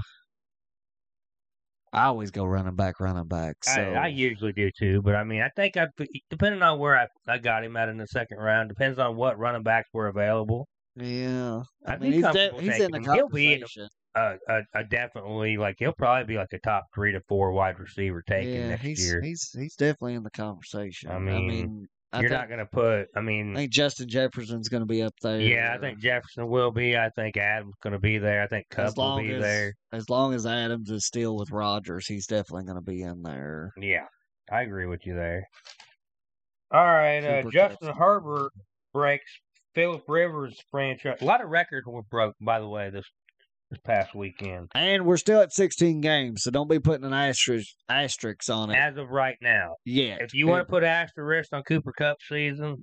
S1: I always go running back, running back. So
S3: I, I usually do too, but I mean, I think I depending on where I, I got him at in the second round depends on what running backs were available.
S1: yeah, I,
S3: I
S1: mean
S3: think
S1: he's, de-
S3: comfortable
S1: he's in the
S3: taking him. He'll be in the-
S1: conversation.
S3: Uh, uh, uh, definitely, like he'll probably be like a top three to four wide receiver taken
S1: yeah,
S3: next
S1: he's,
S3: year.
S1: he's he's definitely in the conversation.
S3: I
S1: I
S3: mean,
S1: mean, I
S3: You're
S1: think,
S3: not gonna put. I
S1: I
S3: mean,
S1: think Justin Jefferson's going to be up there.
S3: yeah, I think Jefferson will be. I think Adams gonna be there. I think
S1: as
S3: Cup will
S1: long
S3: be
S1: as
S3: there.
S1: as long as Adams is still with Rodgers, he's definitely going to be in there.
S3: Yeah, I agree with you there. All right, uh,
S1: Cooper
S3: Justin
S1: Cup.
S3: Herbert breaks Philip Rivers' franchise. A lot of records were broke, by the way, this this past weekend.
S1: And we're still at 16 games, so don't be putting an asterisk asterisk on it
S3: as of right now.
S1: yet.
S3: If you want to put asterisk on Cooper Cup season,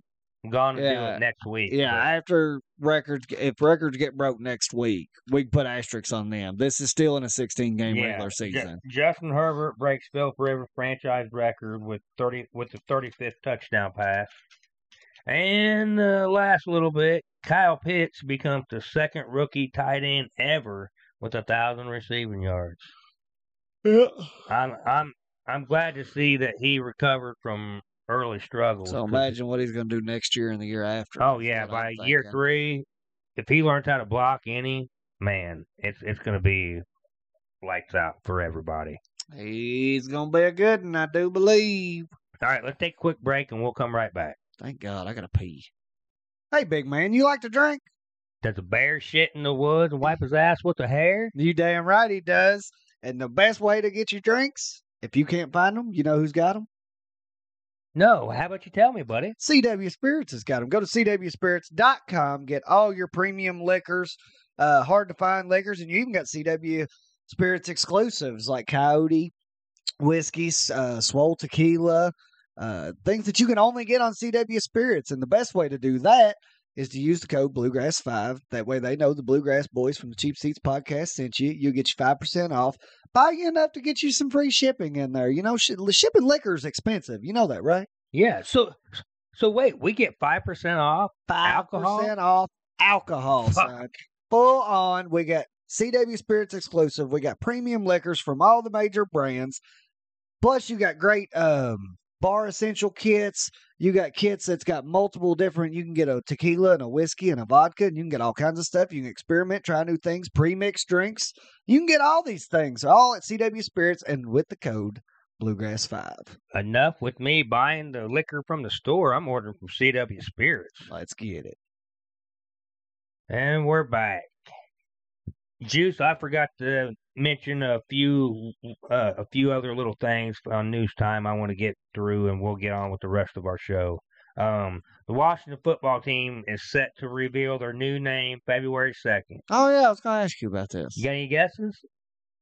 S3: I'm gonna do
S1: Yeah.
S3: it next week.
S1: Yeah, after records, if records get broke next week, we can put asterisks on them. This is still in a 16 game
S3: Yeah,
S1: regular
S3: but Ju-
S1: season.
S3: Justin Herbert breaks Philip Rivers franchise record with thirty with the thirty fifth touchdown pass. And the last little bit, Kyle Pitts becomes the second rookie tight end ever with a thousand receiving yards.
S1: Yeah.
S3: I'm I'm I'm glad to see that he recovered from early struggles.
S4: So imagine what he's going to do next year and the year after.
S3: Oh
S4: is
S3: yeah,
S4: what
S3: by
S4: I'm
S3: year
S4: thinking.
S3: three, if he learns how to block any man, it's it's gonna be lights out for everybody.
S1: He's gonna be a good one, I do believe.
S3: All right, let's take a quick break and we'll come right back.
S4: Thank God, I got to pee.
S1: Hey, big man, you like to drink?
S3: Does a bear shit in the woods and wipe his ass with a hair?
S1: You damn right he does. And the best way to get your drinks, if you can't find them, you know who's got them?
S3: No. How about you tell me, buddy?
S1: CW Spirits has got them. Go to cwspirits.com, get all your premium liquors, uh, hard to find liquors, and you even got CW Spirits exclusives like Coyote whiskeys, uh, Swole tequila, uh, things that you can only get on CW Spirits. And the best way to do that is to use the code Bluegrass5. That way they know the Bluegrass Boys from the Cheap Seats podcast sent you. You'll get you 5% off. Buy you enough to get you some free shipping in there. You know, sh- shipping liquor is expensive. You know that, right?
S3: Yeah. So so wait, we get five percent off.
S1: five
S3: Alcohol?
S1: percent off alcohol,
S3: Fuck.
S1: son. Full on. We got CW Spirits exclusive. We got premium liquors from all the major brands. Plus, you got great um, bar essential kits. You got kits that's got multiple different. You can get a tequila and a whiskey and a vodka, and you can get all kinds of stuff. You can experiment, try new things, pre-mix drinks. You can get all these things all at CW Spirits and with the code Bluegrass Five.
S3: Enough with me buying the liquor from the store. I'm ordering from CW Spirits.
S1: Let's get it.
S3: And we're back. Juice, I forgot to mention a few uh, a few other little things on news time I want to get through and we'll get on with the rest of our show. Um, the Washington football team is set to reveal their new name February 2nd.
S4: Oh yeah, I was going to ask you about this.
S3: You got any guesses?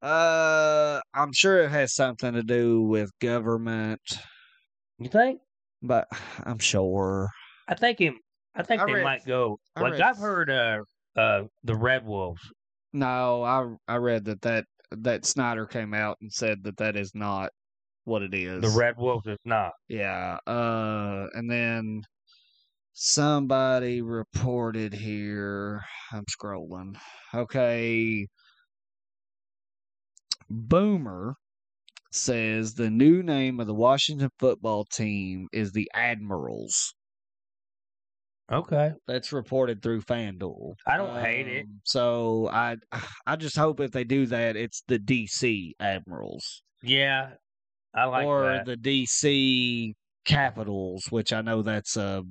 S4: Uh, I'm sure it has something to do with government,
S3: You think?
S4: but I'm sure.
S3: I think it, I think
S4: I
S3: they
S4: read-
S3: might go
S4: I
S3: like
S4: read-
S3: I've heard uh uh the Red Wolves.
S4: No, I I read that that that Snyder came out and said that that is not what it is.
S3: The Red Wolves is not.
S4: Yeah. Uh, and then somebody reported here. I'm scrolling. Okay. Boomer says the new name of the Washington football team is the Admirals.
S3: Okay.
S4: That's reported through FanDuel.
S3: I don't hate it.
S4: Um, So I, I just hope if they do that, it's the DC Admirals
S3: Yeah. I like
S4: or
S3: that.
S4: the DC Capitals, which I know that's a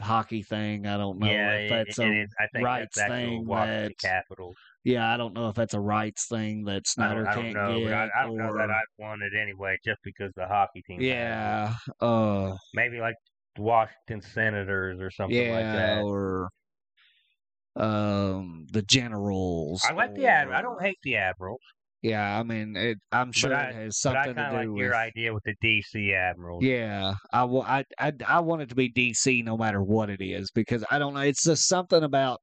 S4: hockey thing. I don't know
S3: yeah,
S4: if
S3: it-
S4: that's
S3: it
S4: a
S3: is. I think
S4: rights
S3: that's actually
S4: thing
S3: Washington
S4: that-
S3: Capitals.
S4: yeah. I don't know if that's a rights thing that
S3: I
S4: Snyder
S3: don't, I don't
S4: can't
S3: know. but
S4: get.
S3: I, I don't know that
S4: or-
S3: I've won it anyway, just because the hockey team. has it.
S4: yeah, uh,
S3: Maybe like the Washington Senators or something
S4: yeah,
S3: like that.
S4: or um, the Generals.
S3: I like the Admiral. I
S4: or-
S3: don't hate the Admiral,
S4: Yeah, I mean, it, I'm sure
S3: I-
S4: it has
S3: but I
S4: something
S3: kind
S4: to
S3: of
S4: do
S3: like
S4: with.
S3: your idea with the DC Admiral.
S4: Yeah, I, wa- I, I, I want it to be DC no matter what it is because I don't know. It's just something about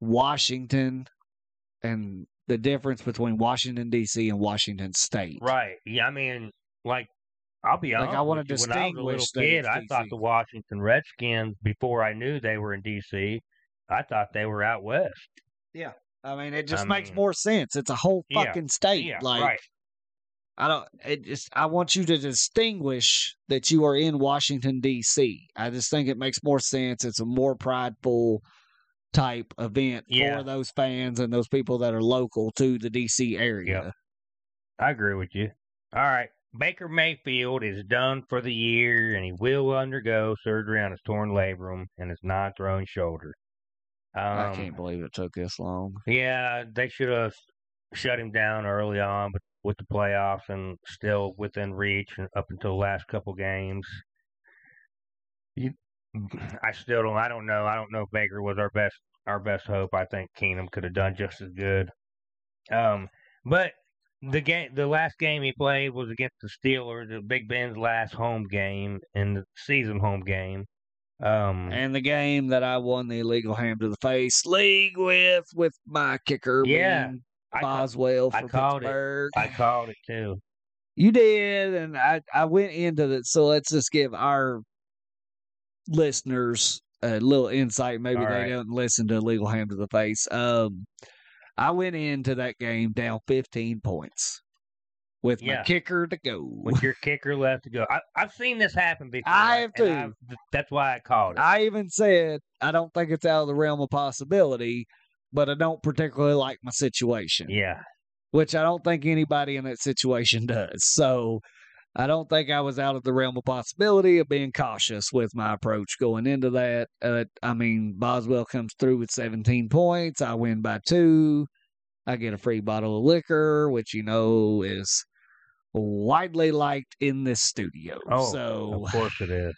S4: Washington and the difference between Washington DC and Washington State.
S3: Right. Yeah. I mean, like, I'll be
S4: Like,
S3: honest.
S4: I wanna
S3: with you, when I was a little
S4: distinguish that
S3: kid,
S4: it's
S3: I thought
S4: DC.
S3: the Washington Redskins before I knew they were in DC. I thought they were out west.
S4: I mean, it just
S3: I
S4: makes
S3: mean-
S4: more sense. It's a whole
S3: Yeah,
S4: fucking state.
S3: yeah.
S4: like
S3: right.
S4: I don't. It just. I want you to distinguish that you are in Washington D.C. I just think it makes more sense. It's a more prideful type event
S3: Yeah.
S4: for those fans and those people that are local to the D.C. area.
S3: I agree with you. All right. Baker Mayfield is done for the year and he will undergo surgery on his torn labrum and his non thrown shoulder. Um,
S4: I can't believe it took this long.
S3: Yeah, they should have shut him down early on, but with the playoffs and still within reach and up until the last couple games. You, I still don't. I don't know. I don't know if Baker was our best our best hope. I think Keenum could have done just as good. Um, but the game, the last game he played was against the Steelers, the Big Ben's last home game and the season home game. Um,
S4: And the game that I won the illegal ham to the face league with, with my kicker
S3: Yeah,
S4: being
S3: I, ca-
S4: Boswell
S3: I
S4: for
S3: called it.
S4: Pittsburgh.
S3: I called it too.
S4: You did, and I I went into it. So let's just give our listeners
S1: a little insight. Maybe
S3: All
S1: they
S3: right.
S1: don't listen to legal hand to the face. Um, I went into that game down 15 points with my
S3: Yeah.
S1: kicker to go.
S3: with your kicker left to go. I, I've seen this happen before.
S1: I have
S3: and
S1: too.
S3: I've- th- that's why I called it.
S1: I even said I don't think it's out of the realm of possibility, but I don't particularly like my situation.
S3: yeah,
S1: which I don't think anybody in that situation does. So I don't think I was out of the realm of possibility of being cautious with my approach going into that. Uh, I mean, Boswell comes through with 17 points. I win by two. I get a free bottle of liquor, which you know is widely liked in this studio.
S3: Oh,
S1: so
S3: of course it is.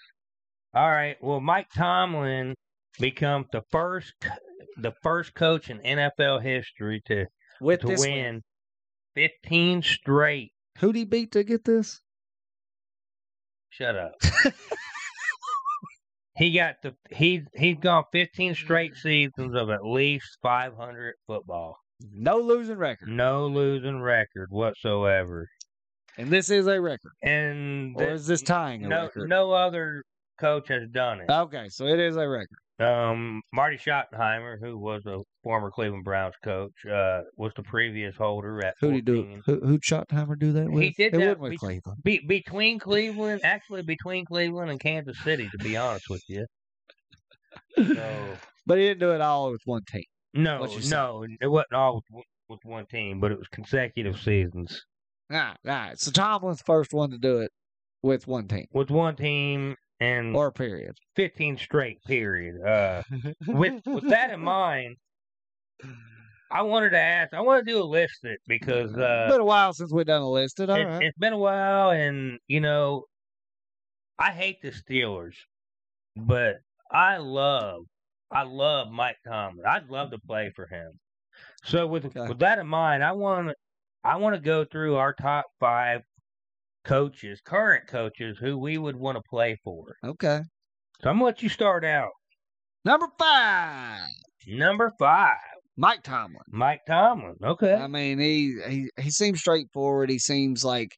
S3: All right. Well, Mike Tomlin becomes the first the first coach in NFL history to
S1: with
S3: to
S1: this, win.
S3: win 15 straight.
S1: who'd he beat to get this?
S3: Shut up. he got the he he's gone 15 straight seasons of at least 500 football.
S1: No losing record,
S3: No losing record whatsoever.
S1: and this is a record,
S3: And
S1: or
S3: the-
S1: is this tying a
S3: no
S1: record?
S3: no other coach has done it.
S1: Okay, so it is a record.
S3: Um, Marty Schottenheimer, who was a former Cleveland Browns coach, uh, was the previous holder at
S1: Who do you do?
S3: 14.
S1: Who who Schottenheimer do that
S3: He
S1: with?
S3: did
S1: it
S3: that
S1: wasn't with
S3: be-
S1: Cleveland.
S3: Be- between Cleveland, actually between Cleveland and Kansas City, to be honest with you. So
S1: But he didn't do it all with one team.
S3: no,
S1: What you say?
S3: no, it wasn't all with, one- with one team, but it was consecutive seasons
S1: All right, all right. So Tomlin's first one to do it with one team
S3: with one team and
S1: or period.
S3: 15 straight. Period. Uh, with with that in mind, I wanted to ask. I want to do a list of it because uh,
S1: been a while since we've done a listed. All
S3: it,
S1: right.
S3: it's been a while, and you know, I hate the Steelers, but I love, I love Mike Tomlin. I'd love to play for him. So with
S1: Okay.
S3: with that in mind, I want I want to go through our top five coaches, current coaches, who we would want to play for.
S1: okay.
S3: So I'm gonna let you start out.
S1: Number five,
S3: Number five,
S1: Mike Tomlin.
S3: Mike Tomlin. Okay.
S1: I mean, he he he seems straightforward. He seems like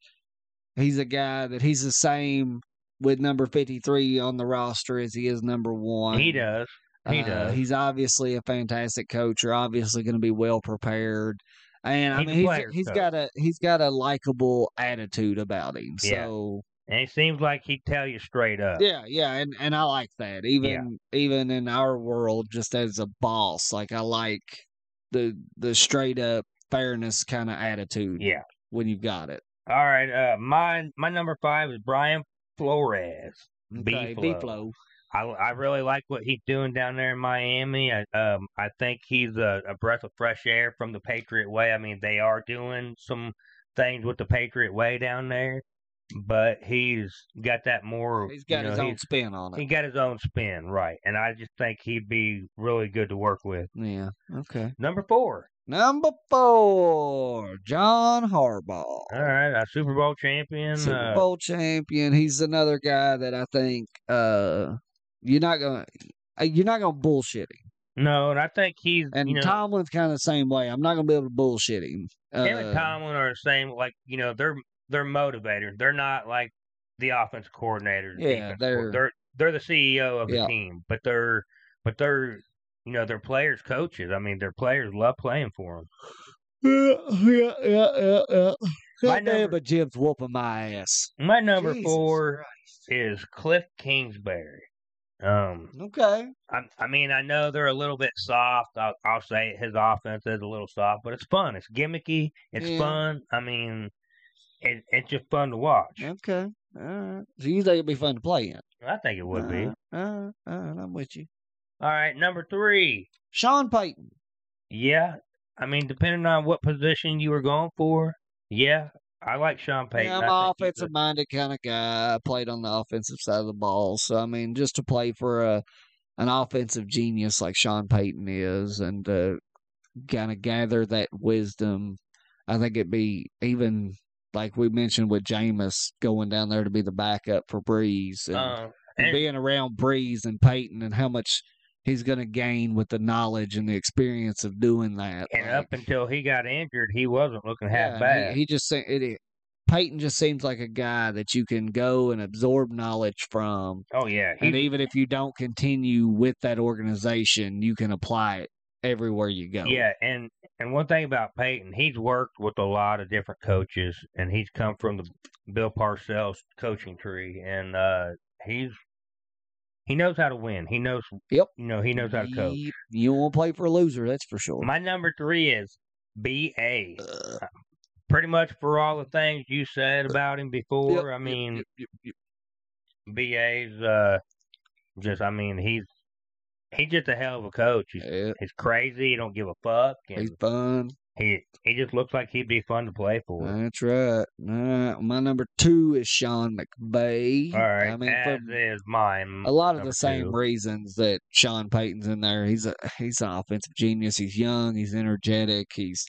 S1: he's a guy that he's the same with number fifty three on the roster as he is number one.
S3: he does. He
S1: Uh,
S3: does.
S1: He's obviously a fantastic coach. You're obviously going to be well prepared, and
S3: He's a
S1: I mean,
S3: player's
S1: he's, he's
S3: coach.
S1: got a he's got a likable attitude about him.
S3: Yeah.
S1: So
S3: And it seems like he'd tell you straight up.
S1: yeah, yeah, and and I like that. Even even in our world, just as a boss, like I like the the straight up fairness kind of attitude.
S3: Yeah.
S1: when you've got it.
S3: All right, uh, my my number five is Brian Flores.
S1: Okay,
S3: B-Flow.
S1: B-Flow.
S3: I, I really like what he's doing down there in Miami. I um I think he's a, a breath of fresh air from the Patriot Way. I mean, they are doing some things with the Patriot Way down there, but he's got that more.
S1: He's got
S3: you know,
S1: his own
S3: he's-
S1: spin on
S3: He
S1: it.
S3: got his own spin, right? And I just think he'd be really good to work with.
S1: Yeah. Okay.
S3: Number four.
S1: Number four, John Harbaugh.
S3: All right, a Super Bowl champion.
S1: Super
S3: uh,
S1: Bowl champion. He's another guy that I think uh, you're not gonna uh, you're not gonna bullshit him.
S3: No, and I think he's
S1: And
S3: you know,
S1: Tomlin's kind of the same way. I'm not gonna be able to bullshit him.
S3: him
S1: Uh,
S3: and Tomlin are the same. Like you know, they're they're motivators. They're not like the offense coordinator. the
S1: Yeah,
S3: defense coor-
S1: they're-
S3: they're they're the CEO of
S1: Yeah.
S3: the team, but they're but they're you know they're players' coaches. I mean, their players love playing for them.
S1: yeah, yeah, yeah, yeah, yeah.
S3: My
S1: God damn,
S3: number-
S1: but Jim's whooping my ass.
S3: My number
S1: Jesus
S3: four is Cliff Kingsbury. Um,
S1: Okay.
S3: I, I mean, I know they're a little bit soft. I'll, I'll say it, his offense is a little soft, but it's fun. It's gimmicky. It's
S1: Yeah.
S3: fun. I mean, it, it's just fun to watch.
S1: Okay. All right. So you think it'd be fun to play in?
S3: I think it would be.
S1: All right, all right, all right, Uh, I'm with you.
S3: All right, number three.
S1: Sean Payton.
S3: Yeah, I mean, depending on what position you were going for, yeah, I like Sean Payton.
S1: Yeah, I'm
S3: I
S1: an
S3: think he's
S1: offensive minded kind of guy. I played on the offensive side of the ball. So I mean, just to play for a an offensive genius like Sean Payton is and uh kind of gather that wisdom, I think it'd be even like we mentioned with Jameis going down there to be the backup for Breeze
S3: a-
S1: and,
S3: uh,
S1: and
S3: and-
S1: being around Breeze and Payton and how much he's gonna gain with the knowledge and the experience of doing that.
S3: and
S1: like-
S3: up until he got injured, he wasn't looking half
S1: and
S3: bad.
S1: He, he just said it, Peyton just seems like a guy that you can go and absorb knowledge from.
S3: Oh yeah,
S1: And
S3: he,
S1: even if you don't continue with that organization, you can apply it everywhere you go.
S3: yeah, and and one thing about Peyton, he's worked with a lot of different coaches, and he's come from the Bill Parcells coaching tree, and uh, he's he knows how to win. He knows.
S1: Yep.
S3: You know, he knows how to coach.
S1: You, you don't want to play for a loser, that's for sure.
S3: My number three is B.A.
S1: Uh,
S3: Pretty much for all the things you said about him before.
S1: yep,
S3: I
S1: yep,
S3: mean,
S1: yep, yep, yep.
S3: BA's uh just I mean he's he's just a hell of a coach. He's,
S1: Yeah,
S3: he's crazy, he don't give a fuck
S1: he's
S3: and
S1: fun.
S3: he he just looks like he'd be fun to play for.
S1: That's right. All right. My number two is Sean McVay.
S3: All right.
S1: I mean,
S3: as
S1: for
S3: is mine.
S1: a lot of
S3: number
S1: the same
S3: two.
S1: reasons that Sean Payton's in there. He's a he's an offensive genius. He's young. He's energetic. He's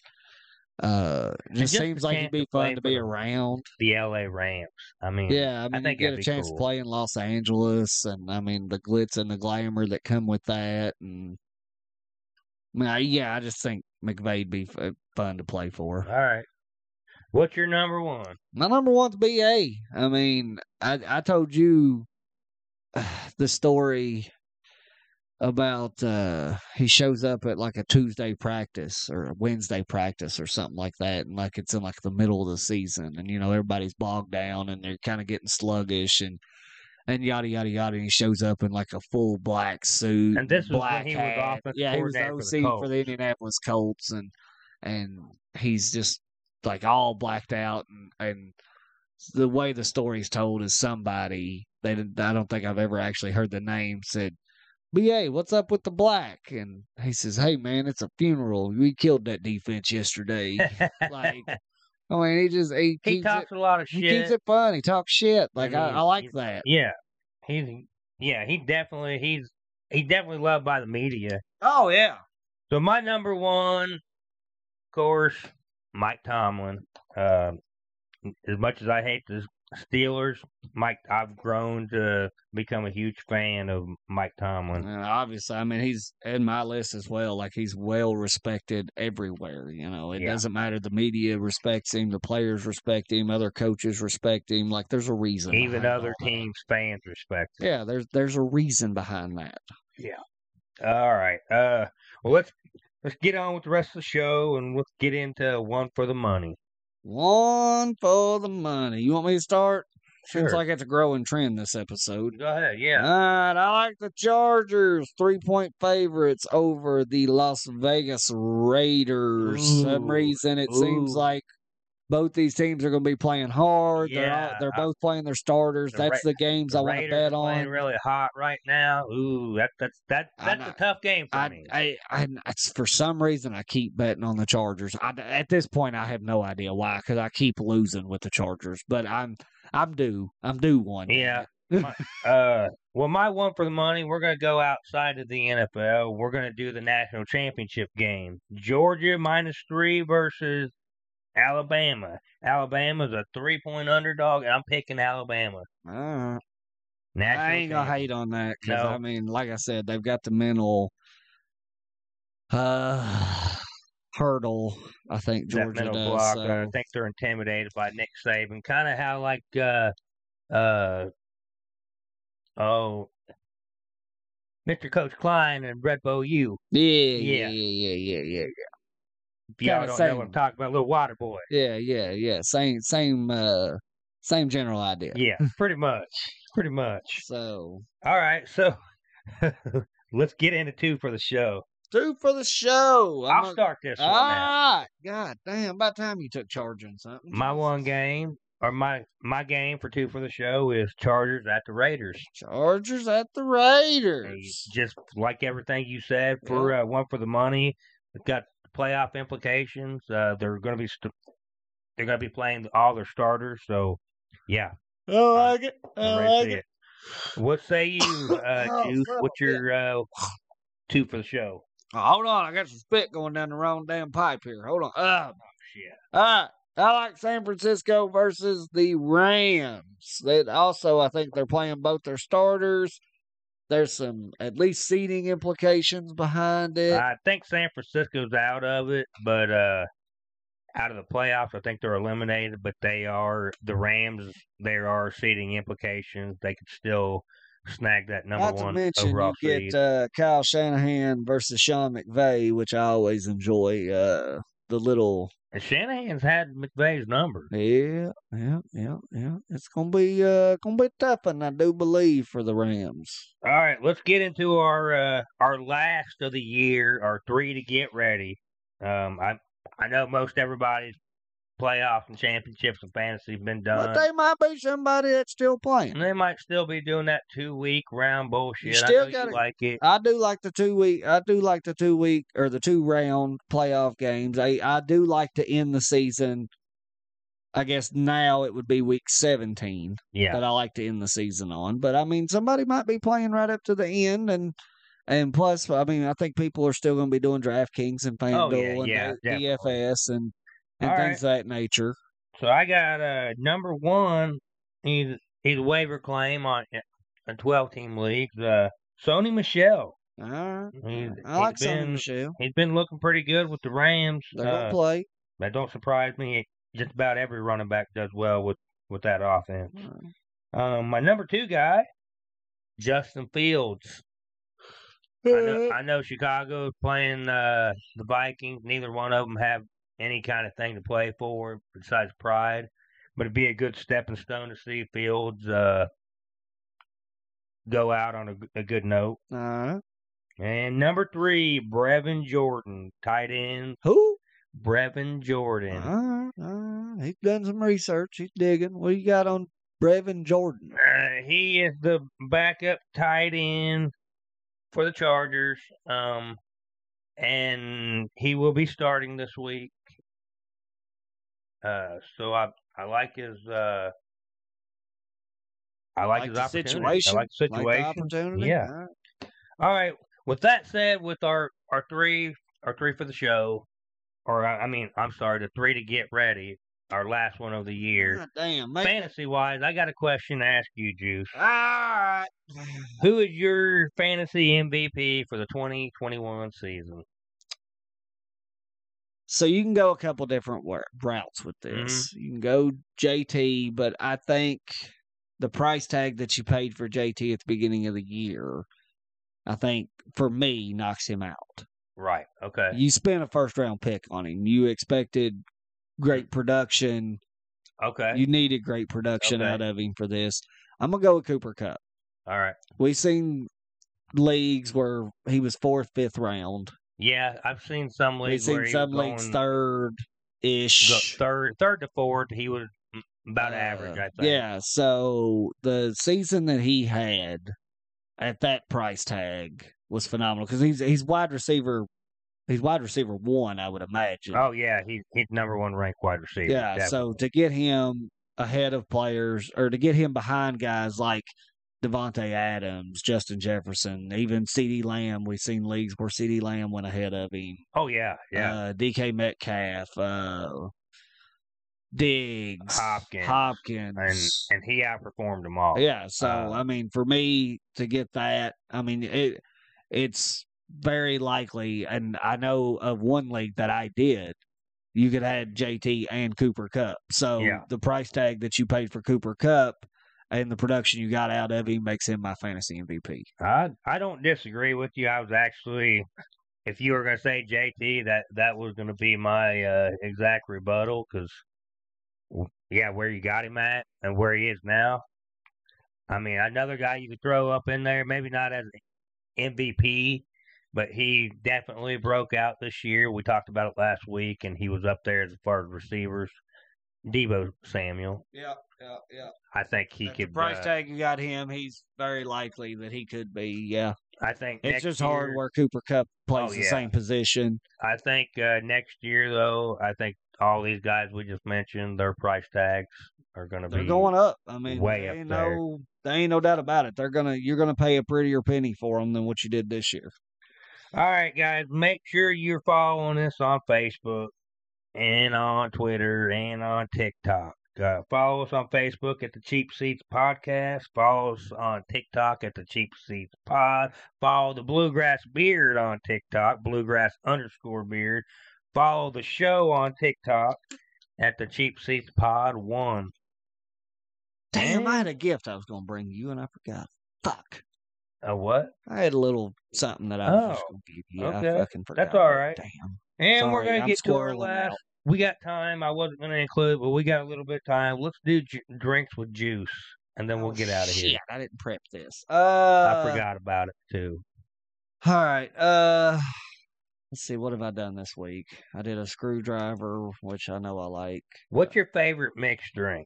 S1: uh just,
S3: just
S1: seems
S3: the
S1: like he'd
S3: chance
S1: be
S3: to play
S1: fun to
S3: for
S1: be
S3: them.
S1: around.
S3: the LA Rams. I mean
S1: Yeah, I mean,
S3: think
S1: you get
S3: that'd
S1: a
S3: be
S1: chance
S3: cool.
S1: to play in Los Angeles, and I mean the glitz and the glamour that come with that, and I mean, I, yeah, I just think McVay'd be f- fun to play for.
S3: All right. What's your number one?
S1: My number one's BA. I mean, I I told you the story about uh he shows up at like a Tuesday practice or a Wednesday practice or something like that and like it's in like the middle of the season and you know everybody's bogged down and they're kind of getting sluggish and and yada yada yada and he shows up in like a full black suit
S3: And this was when
S1: black
S3: he was
S1: hat.
S3: offensive
S1: yeah he was
S3: coordinator for the
S1: OC for
S3: Colts.
S1: the Indianapolis Colts and and he's just like all blacked out and and the way the story's told is somebody they didn't, I don't think I've ever actually heard the name said, "BA, what's up with the black?" And he says, "Hey man, it's a funeral. We killed that defense yesterday." like, I mean, he just he,
S3: he
S1: keeps
S3: talks
S1: it,
S3: a lot of
S1: he
S3: shit.
S1: keeps it fun. He talks shit. Like I,
S3: mean,
S1: I like
S3: he's-
S1: that.
S3: Mm-hmm. Yeah. He's yeah, he definitely he's he's definitely loved by the media.
S1: Oh yeah,
S3: So my number one, of course, Mike Tomlin. Uh, as much as I hate the Steelers, Mike, I've grown to become a huge fan of Mike Tomlin.
S1: and obviously, I mean, he's in my list as well. Like he's well respected everywhere. You know, it
S3: Yeah.
S1: doesn't matter. The media respects him. The players respect him. Other coaches respect him. Like there's a reason.
S3: Even
S1: behind
S3: other
S1: all that.
S3: teams' fans respect him.
S1: Yeah, there's there's a reason behind that.
S3: All right. Uh, well, let's let's get on with the rest of the show and let's get into one for the money.
S1: One for the money. You want me to start?
S3: Sure.
S1: Seems like it's a growing trend this episode.
S3: Go ahead. Yeah.
S1: All right, I like the Chargers, three point favorites over the Las Vegas Raiders. some
S3: Ooh,
S1: reason it seems
S3: ooh.
S1: like both these teams are going to be playing hard. They're all,
S3: Yeah,
S1: they're
S3: I-
S1: both playing their starters.
S3: The
S1: That's
S3: Ra-
S1: the games
S3: The
S1: I want to
S3: Raiders
S1: bet
S3: are
S1: on.
S3: playing really hot right now. Ooh, that, that's that
S1: I
S3: that's
S1: know.
S3: a tough game for
S1: I,
S3: me.
S1: I, I, it's- for some reason, I keep betting on the Chargers. I, at this point, I have no idea why, because I keep losing with the Chargers. But I'm, I'm due. I'm due one. day.
S3: Yeah. Uh, well, my one for the money, we're going to go outside of the NFL. We're going to do the national championship game. Georgia minus three versus Alabama. Alabama's a three point underdog, and I'm picking Alabama.
S1: All right.
S3: National
S1: I ain't gonna
S3: champion.
S1: hate on that because
S3: No.
S1: I mean, like I said, they've got the mental uh, hurdle. I think
S3: that
S1: Georgia
S3: mental
S1: does.
S3: block.
S1: so-
S3: and I think they're intimidated by Nick Saban, kind of how like uh, uh, oh, Mr. Coach Klein and Red Bull U.
S1: yeah, yeah, yeah,
S3: yeah.
S1: yeah, yeah, yeah,
S3: If y'all
S1: Kinda
S3: don't know
S1: same.
S3: what I'm talking about, little water boy.
S1: yeah, yeah, yeah. Same, same, uh, same general idea.
S3: Yeah, pretty much, pretty much.
S1: So
S3: All right, so let's get into two for the show.
S1: two for the show.
S3: I'll start this one. now.
S1: Ah, God damn! By the time you took charging something,
S3: My one
S1: Jesus.
S3: game or my my game for two for the show is Chargers at the Raiders.
S1: Chargers at the
S3: They
S1: Raiders.
S3: Just like everything you said, for uh, one for the money, it's got playoff implications. Uh, they're going to be st- they're going to be playing all their starters. So yeah,
S1: I like it.
S3: I'm
S1: Uh, I
S3: ready to
S1: like
S3: see
S1: it.
S3: it. What say you, uh,
S1: Oh,
S3: Juice?
S1: son of
S3: What's
S1: a
S3: your uh, two for the show?
S1: Oh, hold on, I got some spit going down the wrong damn pipe here. Hold on. Uh,
S3: Oh, Shit.
S1: all right. I like San Francisco versus the Rams. That also, I think they're playing both their starters. There's some at least seating implications behind it.
S3: I think San Francisco's out of it, but uh, out of the playoffs. I think they're eliminated, but they are the Rams. There are seeding implications. They could still snag that number
S1: Not to
S3: one
S1: mention,
S3: overall
S1: you
S3: seed.
S1: get uh, Kyle Shanahan versus Sean McVay, which I always enjoy. Uh, the little,
S3: and Shanahan's had McVay's number.
S1: yeah, yeah, yeah, yeah. It's gonna be uh, gonna be tough, and I do believe for the Rams.
S3: All right, let's get into our uh, our last of the year, our three to get ready. Um, I I know most everybody's playoffs and championships and fantasy have been done.
S1: But they might be somebody that's still playing.
S3: And they might still be doing that two week round bullshit.
S1: You still
S3: I know
S1: gotta-
S3: you like it.
S1: I do like the two week. I do like the two week or the two round playoff games. I I do like to end the season. I guess now it would be week seventeen.
S3: Yeah.
S1: that I like to end the season on. But I mean, somebody might be playing right up to the end, and and plus, I mean, I think people are still going to be doing DraftKings and
S3: Oh,
S1: FanDuel
S3: yeah,
S1: and
S3: yeah,
S1: uh,
S3: definitely.
S1: DFS and and
S3: All
S1: things of that nature.
S3: So I got uh number one. He's he's a waiver claim on a twelve team leagues. Uh, Sony Michelle.
S1: All right,
S3: He's,
S1: I like
S3: he's
S1: Sonny
S3: been
S1: Michelle.
S3: he's been looking pretty good with the Rams.
S1: They're gonna
S3: Uh,
S1: play.
S3: that don't surprise me. Just about every running back does well with with that offense. Um, my number two guy, Justin Fields. I know, I know Chicago is playing uh, the Vikings. Neither one of them have any kind of thing to play for besides pride, but it'd be a good stepping stone to see Fields uh, go out on a g- a, good note.
S1: All right.
S3: And number three, Brevin Jordan, tight end.
S1: Who?
S3: Brevin Jordan.
S1: All right, all right. Uh-huh. He's done some research. He's digging. What do you got on Brevin Jordan?
S3: Uh, he is the backup tight end for the Chargers. Um, and he will be starting this week. Uh, so I I like his uh, I like,
S1: Like
S3: his
S1: the
S3: opportunity.
S1: situation.
S3: I like the
S1: Like the
S3: situation.
S1: opportunity? Uh-huh.
S3: Yeah.
S1: All right.
S3: All right. With that said, with our our three our three for the show, or I, I mean, I'm sorry, the three to get ready, our last one of the year.
S1: God Ah, damn, man.
S3: Fantasy wise, I got a question to ask you, Juice.
S1: All right.
S3: Who is your fantasy MVP for the 2021 season?
S1: So you can go a couple different wa- routes with this.
S3: Mm-hmm.
S1: You can go JT, but I think the price tag that you paid for JT at the beginning of the year, I think for me knocks him out.
S3: Right. Okay.
S1: You spent a first round pick on him. You expected great production.
S3: Okay.
S1: You needed great production
S3: Okay.
S1: out of him for this. I'm gonna go with Cooper Cup.
S3: All right.
S1: We've seen leagues where he was fourth, fifth round.
S3: Yeah, I've seen some
S1: We've
S3: leagues where
S1: seen
S3: he
S1: some
S3: was
S1: leagues
S3: going
S1: third
S3: the
S1: ish.
S3: third, third to fourth. He was about average,
S1: Uh,
S3: I think.
S1: Yeah, so the season that he had at that price tag was phenomenal because he's he's wide receiver, he's wide receiver one, I would imagine.
S3: Oh yeah, he's he's number one ranked wide receiver.
S1: yeah, so to get him ahead of players or to get him behind guys like Devonte Adams, Justin Jefferson, even C.D. Lamb, we've seen leagues where C.D. Lamb went ahead of him.
S3: Oh yeah, yeah.
S1: Uh, DK Metcalf, uh, Diggs,
S3: Hopkins.
S1: Hopkins,
S3: and and he outperformed them all.
S1: Yeah, so
S3: Uh,
S1: I mean, for me to get that, I mean, it it's very likely, and I know of one league that I did. You could had JT and Cooper Cup. So
S3: Yeah.
S1: the price tag that you paid for Cooper Cup and the production you got out of him makes him my fantasy MVP.
S3: I I don't disagree with you. I was actually, if you were going to say JT, that that was going to be my uh, exact rebuttal because, yeah, where you got him at and where he is now. I mean, another guy you could throw up in there, maybe not as MVP, but he definitely broke out this year. We talked about it last week, and he was up there as far as receivers. Debo Samuel,
S1: Yeah, yeah, yeah.
S3: I think he could.
S1: price
S3: uh,
S1: tag you got him, he's very likely that he could be. Yeah,
S3: I think
S1: it's
S3: next
S1: just
S3: year-
S1: hard where Cooper Cup plays
S3: Oh,
S1: the
S3: yeah.
S1: same position.
S3: I think uh, next year, though, I think all these guys we just mentioned, their price tags are going to
S1: They're
S3: be
S1: going up. I mean,
S3: way
S1: there
S3: up
S1: ain't
S3: there.
S1: no, there ain't no doubt about it. They're gonna, you're gonna pay a prettier penny for them than what you did this year.
S3: All right, guys, make sure you're following us on Facebook and on Twitter and on TikTok. Uh, follow us on Facebook at the Cheap Seats Podcast. Follow us on TikTok at the Cheap Seats Pod. Follow the Bluegrass Beard on TikTok, Bluegrass underscore Beard. Follow the show on TikTok at the Cheap Seats Pod One.
S1: Damn, I had a gift I was going to bring you, and I forgot. Fuck.
S3: A what?
S1: I had a little something that I was just
S3: Oh,
S1: going to give you. I
S3: okay.
S1: fucking forgot.
S3: That's all right.
S1: Damn.
S3: And we're
S1: Sorry,
S3: gonna
S1: I'm
S3: get to our
S1: squirreling
S3: last.
S1: out.
S3: We got time. I wasn't gonna include, but we got a little bit of time. Let's do ju- drinks with juice, and then we'll
S1: Oh,
S3: get out of here.
S1: shit, I didn't prep this. Uh,
S3: I forgot about it too.
S1: All right. Uh, let's see. What have I done this week? I did a screwdriver, which I know I like.
S3: What's your favorite mixed drink?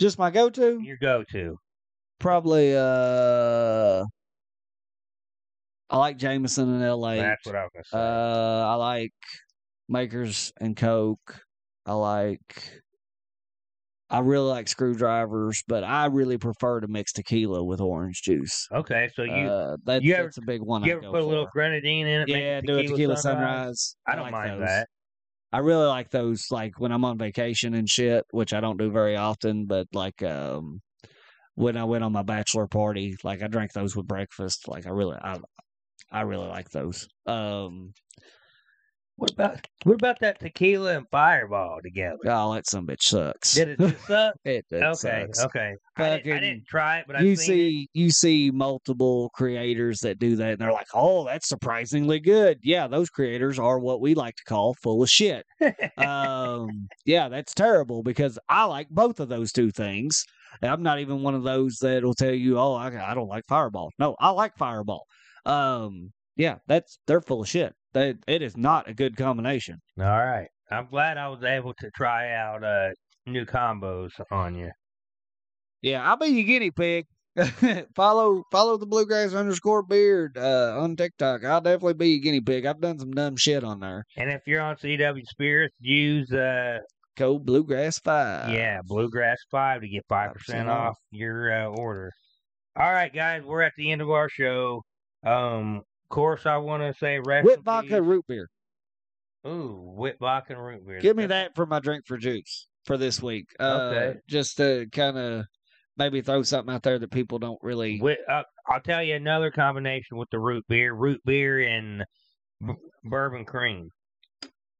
S1: Just my go-to.
S3: Your go-to?
S1: Probably. Uh, I like Jameson and L.A.
S3: That's what I was gonna say.
S1: Uh, I like Makers and Coke. I like. I really like screwdrivers, but I really prefer to mix tequila with orange juice.
S3: okay, so you
S1: uh, that,
S3: you ever-
S1: that's a big one.
S3: you
S1: I
S3: ever
S1: go
S3: put a little
S1: for.
S3: grenadine in it? make
S1: yeah, do a tequila sunrise.
S3: I don't
S1: like
S3: mind
S1: those.
S3: that.
S1: I really like those, like when I'm on vacation and shit, which I don't do very often, but like um when I went on my bachelor party, like I drank those with breakfast. Like I really, I, I really like those. Um,
S3: What about what about that tequila and fireball together?
S1: oh, that some bitch sucks.
S3: Did it just suck?
S1: It, it
S3: okay,
S1: sucks.
S3: okay. I, didn't, I
S1: Fucking-
S3: didn't try it, but I
S1: You
S3: seen it.
S1: see, you see multiple creators that do that, and they're like, "Oh, that's surprisingly good." Yeah, those creators are what we like to call full of shit. um, yeah, that's terrible because I like both of those two things. And I'm not even one of those that will tell you, "Oh, I, I don't like Fireball." No, I like Fireball. Um, yeah, that's they're full of shit. They, it is not a good combination.
S3: All right. I'm glad I was able to try out uh, new combos on you.
S1: Yeah, I'll be your guinea pig. follow follow the bluegrass underscore beard uh, on TikTok. I'll definitely be your guinea pig. I've done some dumb shit on there.
S3: And if you're on CW Spirits, use uh
S1: Code bluegrass five.
S3: yeah Bluegrass Five to get five percent
S1: 5% off.
S3: off your uh, order. All right, guys, we're at the end of our show. Um, of course, I want to say rest
S1: With
S3: in
S1: vodka
S3: peace-
S1: root beer.
S3: Ooh, whip vodka and root beer.
S1: Give me that for my drink for juice for this week. Uh,
S3: Okay.
S1: Just to kind of maybe throw something out there that people don't really.
S3: With, uh, I'll tell you another combination with the root beer: root beer and b- bourbon cream,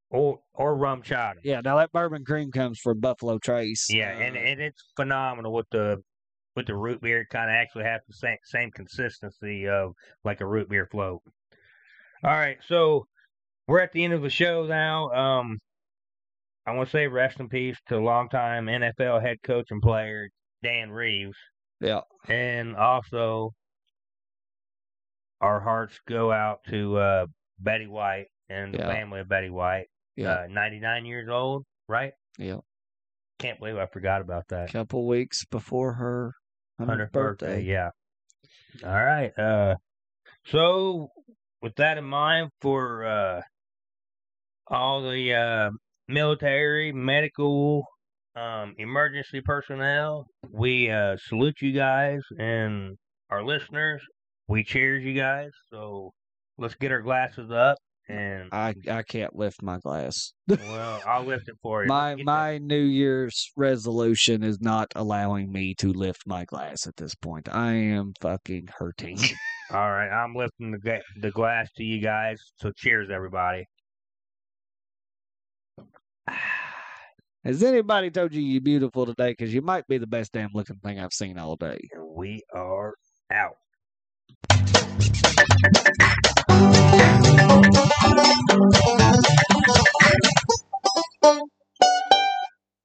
S3: or or rum chata.
S1: Yeah, now that bourbon cream comes from Buffalo Trace.
S3: Yeah, and,
S1: uh,
S3: and it's phenomenal with the with the root beer. It kind of actually has the same same consistency of like a root beer float. All right, so we're at the end of the show now. Um, I want to say rest in peace to longtime NFL head coach and player Dan Reeves,
S1: yeah.
S3: and also our hearts go out to uh, Betty White and the
S1: Yeah.
S3: family of Betty White.
S1: Yeah.
S3: Uh, 99 years old, right?
S1: Yeah.
S3: Can't believe I forgot about that.
S1: couple weeks before her 100th
S3: Hundredth
S1: birthday.
S3: birthday. Yeah. All right. Uh, so with that in mind, for uh, all the uh, military, medical, um, emergency personnel, we uh, salute you guys and our listeners. We cheers you guys. So let's get our glasses up and
S1: I, I can't lift my glass.
S3: well, I'll lift it for you.
S1: my
S3: Get that-
S1: my New Year's resolution is not allowing me to lift my glass at this point. I am fucking hurting.
S3: All right, I'm lifting the ga- the glass to you guys. So cheers, everybody.
S1: Has anybody told you you're beautiful today? Because you might be the best damn looking thing I've seen all day.
S3: And we are out.